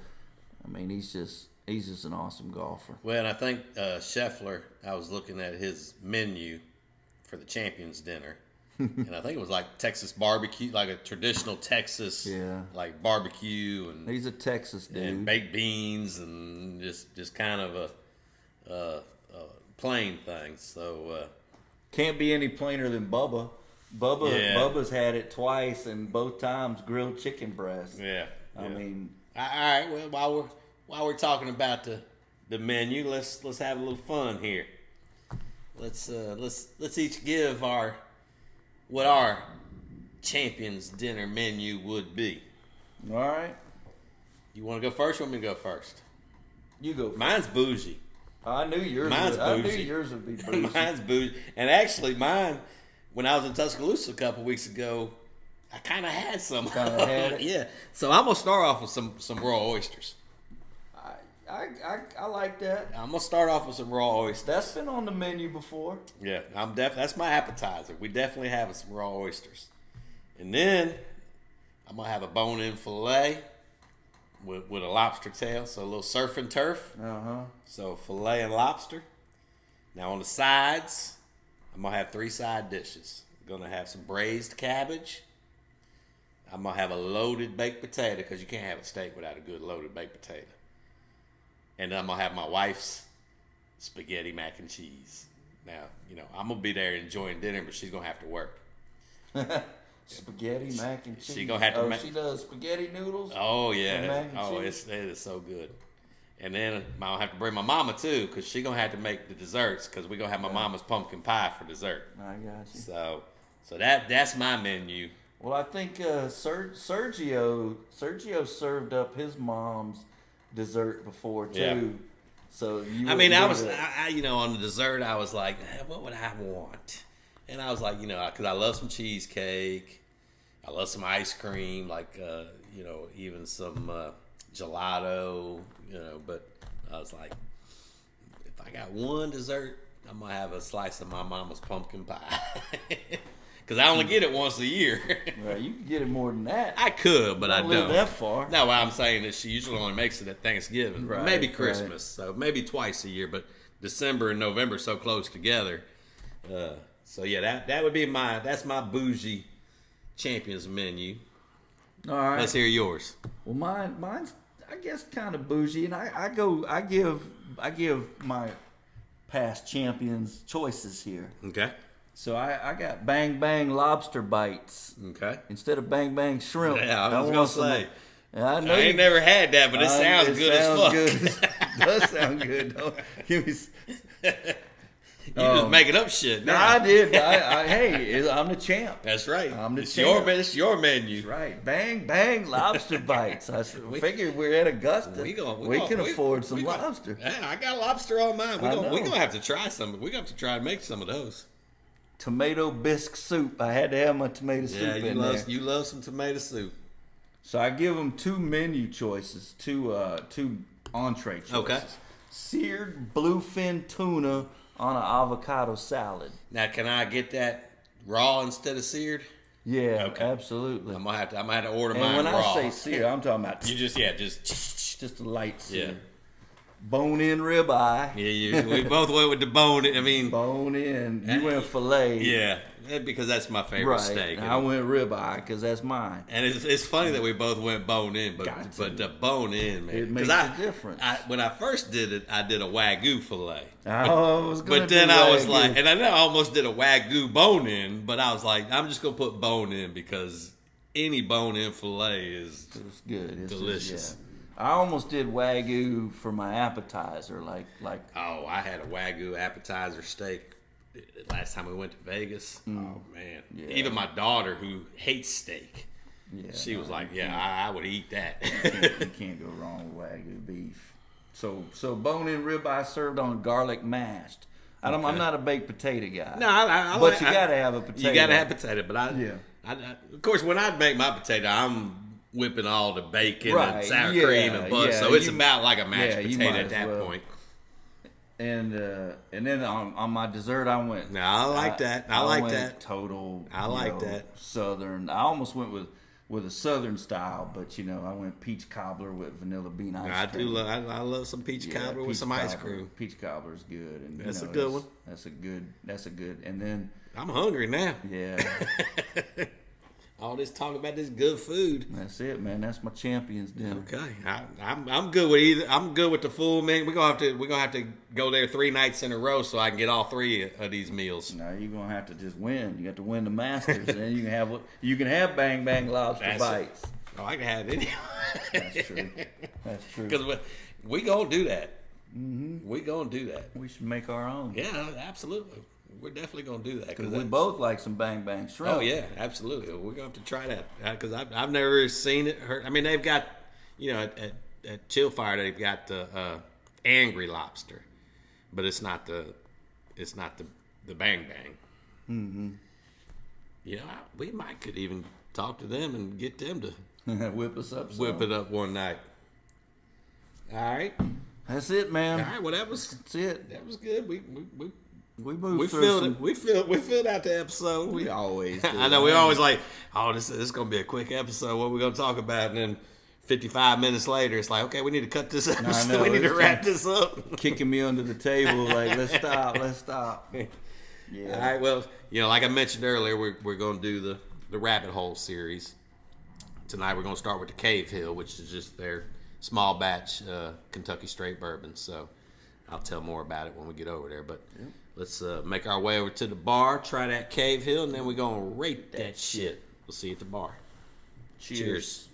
[SPEAKER 1] I mean, he's just he's just an awesome golfer.
[SPEAKER 2] Well, and I think uh, Scheffler, I was looking at his menu for the champions dinner, and I think it was like Texas barbecue, like a traditional Texas,
[SPEAKER 1] Yeah.
[SPEAKER 2] like barbecue and,
[SPEAKER 1] He's a Texas
[SPEAKER 2] and
[SPEAKER 1] dude.
[SPEAKER 2] baked beans and just just kind of a, uh, a plain thing. So uh,
[SPEAKER 1] Can't be any plainer than Bubba. Bubba
[SPEAKER 2] Yeah.
[SPEAKER 1] Bubba's had it twice, and both times grilled chicken breast.
[SPEAKER 2] yeah,
[SPEAKER 1] I
[SPEAKER 2] yeah.
[SPEAKER 1] mean,
[SPEAKER 2] All right. Well, while we're while we're talking about the the menu, let's let's have a little fun here. Let's uh, let's let's each give our what our champions dinner menu would be.
[SPEAKER 1] all right,
[SPEAKER 2] You want to go first? Or you want me to go first?
[SPEAKER 1] you go. first.
[SPEAKER 2] Mine's bougie.
[SPEAKER 1] I knew yours.
[SPEAKER 2] Mine's
[SPEAKER 1] would, I knew
[SPEAKER 2] bougie.
[SPEAKER 1] yours would be bougie.
[SPEAKER 2] mine's bougie. And actually, mine when I was in Tuscaloosa a couple weeks ago, I kind of had some.
[SPEAKER 1] Kinda had it.
[SPEAKER 2] yeah. So I'm gonna start off with some some raw oysters.
[SPEAKER 1] I, I, I, I like that.
[SPEAKER 2] I'm gonna start off with some raw oysters.
[SPEAKER 1] That's been on the menu before.
[SPEAKER 2] Yeah, I'm def. That's my appetizer. We definitely have some raw oysters, and then I'm gonna have a bone-in fillet with, with a lobster tail. So a little surf and turf.
[SPEAKER 1] Uh huh.
[SPEAKER 2] So fillet and lobster. Now on the sides, I'm gonna have three side dishes. I'm gonna have some braised cabbage. I'm gonna have a loaded baked potato because you can't have a steak without a good loaded baked potato. And I'm gonna have my wife's spaghetti mac and cheese. Now, you know, I'm gonna be there enjoying dinner, but she's gonna have to work.
[SPEAKER 1] Spaghetti mac and
[SPEAKER 2] She
[SPEAKER 1] cheese.
[SPEAKER 2] gonna have to
[SPEAKER 1] oh,
[SPEAKER 2] ma-
[SPEAKER 1] she does spaghetti noodles.
[SPEAKER 2] Oh
[SPEAKER 1] And
[SPEAKER 2] yeah.
[SPEAKER 1] mac and
[SPEAKER 2] Oh, it's
[SPEAKER 1] cheese.
[SPEAKER 2] it is so good. And then I'll have to bring my mama too, cause she gonna have to make the desserts, cause we gonna have my mama's pumpkin pie for dessert.
[SPEAKER 1] I got you.
[SPEAKER 2] So, so that that's my menu.
[SPEAKER 1] Well, I think uh, Ser- Sergio Sergio served up his mom's dessert before too.
[SPEAKER 2] Yeah.
[SPEAKER 1] So you.
[SPEAKER 2] I mean,
[SPEAKER 1] wouldn't
[SPEAKER 2] I
[SPEAKER 1] do
[SPEAKER 2] was,
[SPEAKER 1] that.
[SPEAKER 2] I, I, you know, on the dessert, I was like, "Eh, what would I want? And I was like, you know, because I love some cheesecake, I love some ice cream, like, uh, you know, even some uh, gelato, you know. But I was like, if I got one dessert, I'm gonna have a slice of my mama's pumpkin pie, because I only get it once a year.
[SPEAKER 1] Well, you can get it more than that.
[SPEAKER 2] I could, but I
[SPEAKER 1] live
[SPEAKER 2] don't.
[SPEAKER 1] that far.
[SPEAKER 2] No, what I'm saying is she usually only makes it at Thanksgiving,
[SPEAKER 1] Right,
[SPEAKER 2] maybe
[SPEAKER 1] right.
[SPEAKER 2] Christmas, so maybe twice a year. But December and November are so close together. Uh, so yeah, that that would be my that's my bougie champions menu.
[SPEAKER 1] All right.
[SPEAKER 2] Let's hear yours.
[SPEAKER 1] Well, mine, mine's I guess kind of bougie, and I, I go, I give, I give my past champions choices here.
[SPEAKER 2] Okay.
[SPEAKER 1] So I, I got bang bang lobster bites
[SPEAKER 2] Okay.
[SPEAKER 1] instead of bang bang shrimp.
[SPEAKER 2] Yeah, I was gonna
[SPEAKER 1] want some-
[SPEAKER 2] say.
[SPEAKER 1] And I know
[SPEAKER 2] I ain't
[SPEAKER 1] you-
[SPEAKER 2] never had that, but it
[SPEAKER 1] I-
[SPEAKER 2] sounds
[SPEAKER 1] Um, it
[SPEAKER 2] good
[SPEAKER 1] sounds
[SPEAKER 2] as fuck.
[SPEAKER 1] good. It does sound good. Don't give me. s-
[SPEAKER 2] you just making up shit.
[SPEAKER 1] Oh. No,
[SPEAKER 2] now.
[SPEAKER 1] I did. I, I, hey, I'm the champ.
[SPEAKER 2] That's right.
[SPEAKER 1] I'm the
[SPEAKER 2] it's your
[SPEAKER 1] champ.
[SPEAKER 2] men- it's your menu.
[SPEAKER 1] Right, bang bang lobster bites. I s- figured we're at Augusta.
[SPEAKER 2] We, gonna, we,
[SPEAKER 1] We
[SPEAKER 2] gonna-
[SPEAKER 1] can
[SPEAKER 2] we-
[SPEAKER 1] afford some
[SPEAKER 2] we gonna-
[SPEAKER 1] lobster.
[SPEAKER 2] yeah, I got lobster on mine. We're
[SPEAKER 1] I
[SPEAKER 2] gonna, we
[SPEAKER 1] know.
[SPEAKER 2] gonna have to try some. We're gonna have to try and make some of those.
[SPEAKER 1] tomato bisque soup. I had to have my tomato
[SPEAKER 2] Yeah,
[SPEAKER 1] soup
[SPEAKER 2] you
[SPEAKER 1] in
[SPEAKER 2] love
[SPEAKER 1] there.
[SPEAKER 2] you love some tomato soup.
[SPEAKER 1] So I give them two menu choices, two uh, two entree choices.
[SPEAKER 2] Okay.
[SPEAKER 1] Seared bluefin tuna on an avocado salad.
[SPEAKER 2] Now, can I get that raw instead of seared?
[SPEAKER 1] Yeah,
[SPEAKER 2] Okay.
[SPEAKER 1] absolutely.
[SPEAKER 2] I'm gonna have to. I'm gonna have to order
[SPEAKER 1] and
[SPEAKER 2] mine
[SPEAKER 1] when
[SPEAKER 2] raw.
[SPEAKER 1] I say seared, I'm talking about
[SPEAKER 2] you just yeah, just
[SPEAKER 1] just a light
[SPEAKER 2] Yeah.
[SPEAKER 1] center. Bone in ribeye.
[SPEAKER 2] Yeah, you, we both went with the bone. I mean,
[SPEAKER 1] Bone in. You went fillet.
[SPEAKER 2] yeah, that- because that's my favorite
[SPEAKER 1] Right.
[SPEAKER 2] steak.
[SPEAKER 1] and I went ribeye because that's mine.
[SPEAKER 2] And it's, it's funny that we both went bone in, but
[SPEAKER 1] Got to.
[SPEAKER 2] but the bone in, man.
[SPEAKER 1] It
[SPEAKER 2] 'Cause
[SPEAKER 1] makes
[SPEAKER 2] I-
[SPEAKER 1] a difference.
[SPEAKER 2] I, when I first did it, I did a wagyu fillet.
[SPEAKER 1] Oh, I was gonna
[SPEAKER 2] But then
[SPEAKER 1] do
[SPEAKER 2] I was
[SPEAKER 1] Wagyu.
[SPEAKER 2] like, and I know I almost did a wagyu bone in, but I was like, I'm just gonna put bone in because any bone in fillet is
[SPEAKER 1] It's good. It's just-
[SPEAKER 2] Delicious.
[SPEAKER 1] yeah. I almost did wagyu for my appetizer, like like
[SPEAKER 2] Oh, I had a wagyu appetizer steak last time we went to Vegas. Oh
[SPEAKER 1] Mm.
[SPEAKER 2] man! Even my daughter, who hates steak,
[SPEAKER 1] yeah.
[SPEAKER 2] she was
[SPEAKER 1] no,
[SPEAKER 2] like, "Yeah, I, I would eat that."
[SPEAKER 1] you can't go wrong with wagyu beef. So so bone in ribeye served on garlic mashed. I don't. I'm not a baked potato guy.
[SPEAKER 2] no, I, I, I
[SPEAKER 1] but
[SPEAKER 2] like-
[SPEAKER 1] you
[SPEAKER 2] I-
[SPEAKER 1] gotta have a potato.
[SPEAKER 2] You gotta have potato, but I,
[SPEAKER 1] Yeah.
[SPEAKER 2] I, I- of course, when I make my potato, I'm whipping all the bacon
[SPEAKER 1] Right,
[SPEAKER 2] and sour
[SPEAKER 1] yeah,
[SPEAKER 2] cream and butter,
[SPEAKER 1] yeah,
[SPEAKER 2] so it's
[SPEAKER 1] you-
[SPEAKER 2] about like a mashed
[SPEAKER 1] yeah, you
[SPEAKER 2] potato
[SPEAKER 1] might
[SPEAKER 2] at
[SPEAKER 1] as
[SPEAKER 2] that
[SPEAKER 1] well.
[SPEAKER 2] point.
[SPEAKER 1] And uh, and then on, on my dessert, I went.
[SPEAKER 2] No, I like that. I, like
[SPEAKER 1] went
[SPEAKER 2] that.
[SPEAKER 1] Total.
[SPEAKER 2] I
[SPEAKER 1] you
[SPEAKER 2] like
[SPEAKER 1] know,
[SPEAKER 2] that.
[SPEAKER 1] Southern. I almost went with with a southern style, but you know, I went peach cobbler with vanilla bean ice
[SPEAKER 2] I
[SPEAKER 1] cream.
[SPEAKER 2] do love. I, I love some peach
[SPEAKER 1] Yeah,
[SPEAKER 2] cobbler with
[SPEAKER 1] peach
[SPEAKER 2] some ice
[SPEAKER 1] cobbler-
[SPEAKER 2] cream.
[SPEAKER 1] Peach cobbler's good, and you
[SPEAKER 2] That's a
[SPEAKER 1] know,
[SPEAKER 2] good
[SPEAKER 1] it's-
[SPEAKER 2] one.
[SPEAKER 1] That's a good. That's a good. And then
[SPEAKER 2] I'm hungry now.
[SPEAKER 1] yeah,
[SPEAKER 2] All this talk about this good food.
[SPEAKER 1] that's it, man. That's my champions dinner.
[SPEAKER 2] Okay, I, I'm I'm good with either. I'm good with the full man. We're gonna have to we're gonna have to go there three nights in a row so I can get all three of these meals.
[SPEAKER 1] Now you're gonna have to just win. You got to win the Masters, and you can have what you can have. Bang bang lobster
[SPEAKER 2] That's it.
[SPEAKER 1] bites.
[SPEAKER 2] Oh, I can have it anyway.
[SPEAKER 1] That's true. That's true.
[SPEAKER 2] Because we, we gonna do that. We gonna do that.
[SPEAKER 1] We should make our own.
[SPEAKER 2] Yeah, absolutely. We're definitely gonna do that.
[SPEAKER 1] 'Cause we
[SPEAKER 2] that's-
[SPEAKER 1] both like some bang bang shrimp.
[SPEAKER 2] Oh yeah, absolutely. We're gonna have to try that because I've, I've never seen it. Heard. I mean, they've got you know at, at, at Chill Fire they've got the uh, angry lobster, but it's not the it's not the the bang bang. Mm-hmm. You know, I- we might could even talk to them and get them to
[SPEAKER 1] Whip us up. Some.
[SPEAKER 2] whip it up one night. All right,
[SPEAKER 1] That's it, man.
[SPEAKER 2] all right. Well, that was
[SPEAKER 1] That's it.
[SPEAKER 2] that was good. We we we.
[SPEAKER 1] We moved
[SPEAKER 2] We
[SPEAKER 1] through.
[SPEAKER 2] filled
[SPEAKER 1] some-
[SPEAKER 2] it. We filled. We filled out the episode.
[SPEAKER 1] We
[SPEAKER 2] We
[SPEAKER 1] always. Do.
[SPEAKER 2] I know we're always like, oh, this, this is gonna be a quick episode. What are we gonna talk about? And then 55 minutes later, it's like, okay, we need to cut this episode.
[SPEAKER 1] know,
[SPEAKER 2] we need to
[SPEAKER 1] it's
[SPEAKER 2] wrap
[SPEAKER 1] kinda-
[SPEAKER 2] this up.
[SPEAKER 1] kicking me under the table. Like let's stop. Let's stop. Yeah.
[SPEAKER 2] All right. Well, you know, like I mentioned earlier, we're, we're gonna do the the rabbit hole series tonight. We're gonna start with the Cave Hill, which is just their small batch uh, Kentucky straight bourbon. So I'll tell more about it when we get over there. But let's uh, make our way over to the bar, try that Cave Hill, and then we're gonna rate that shit. We'll see you at the bar. Cheers.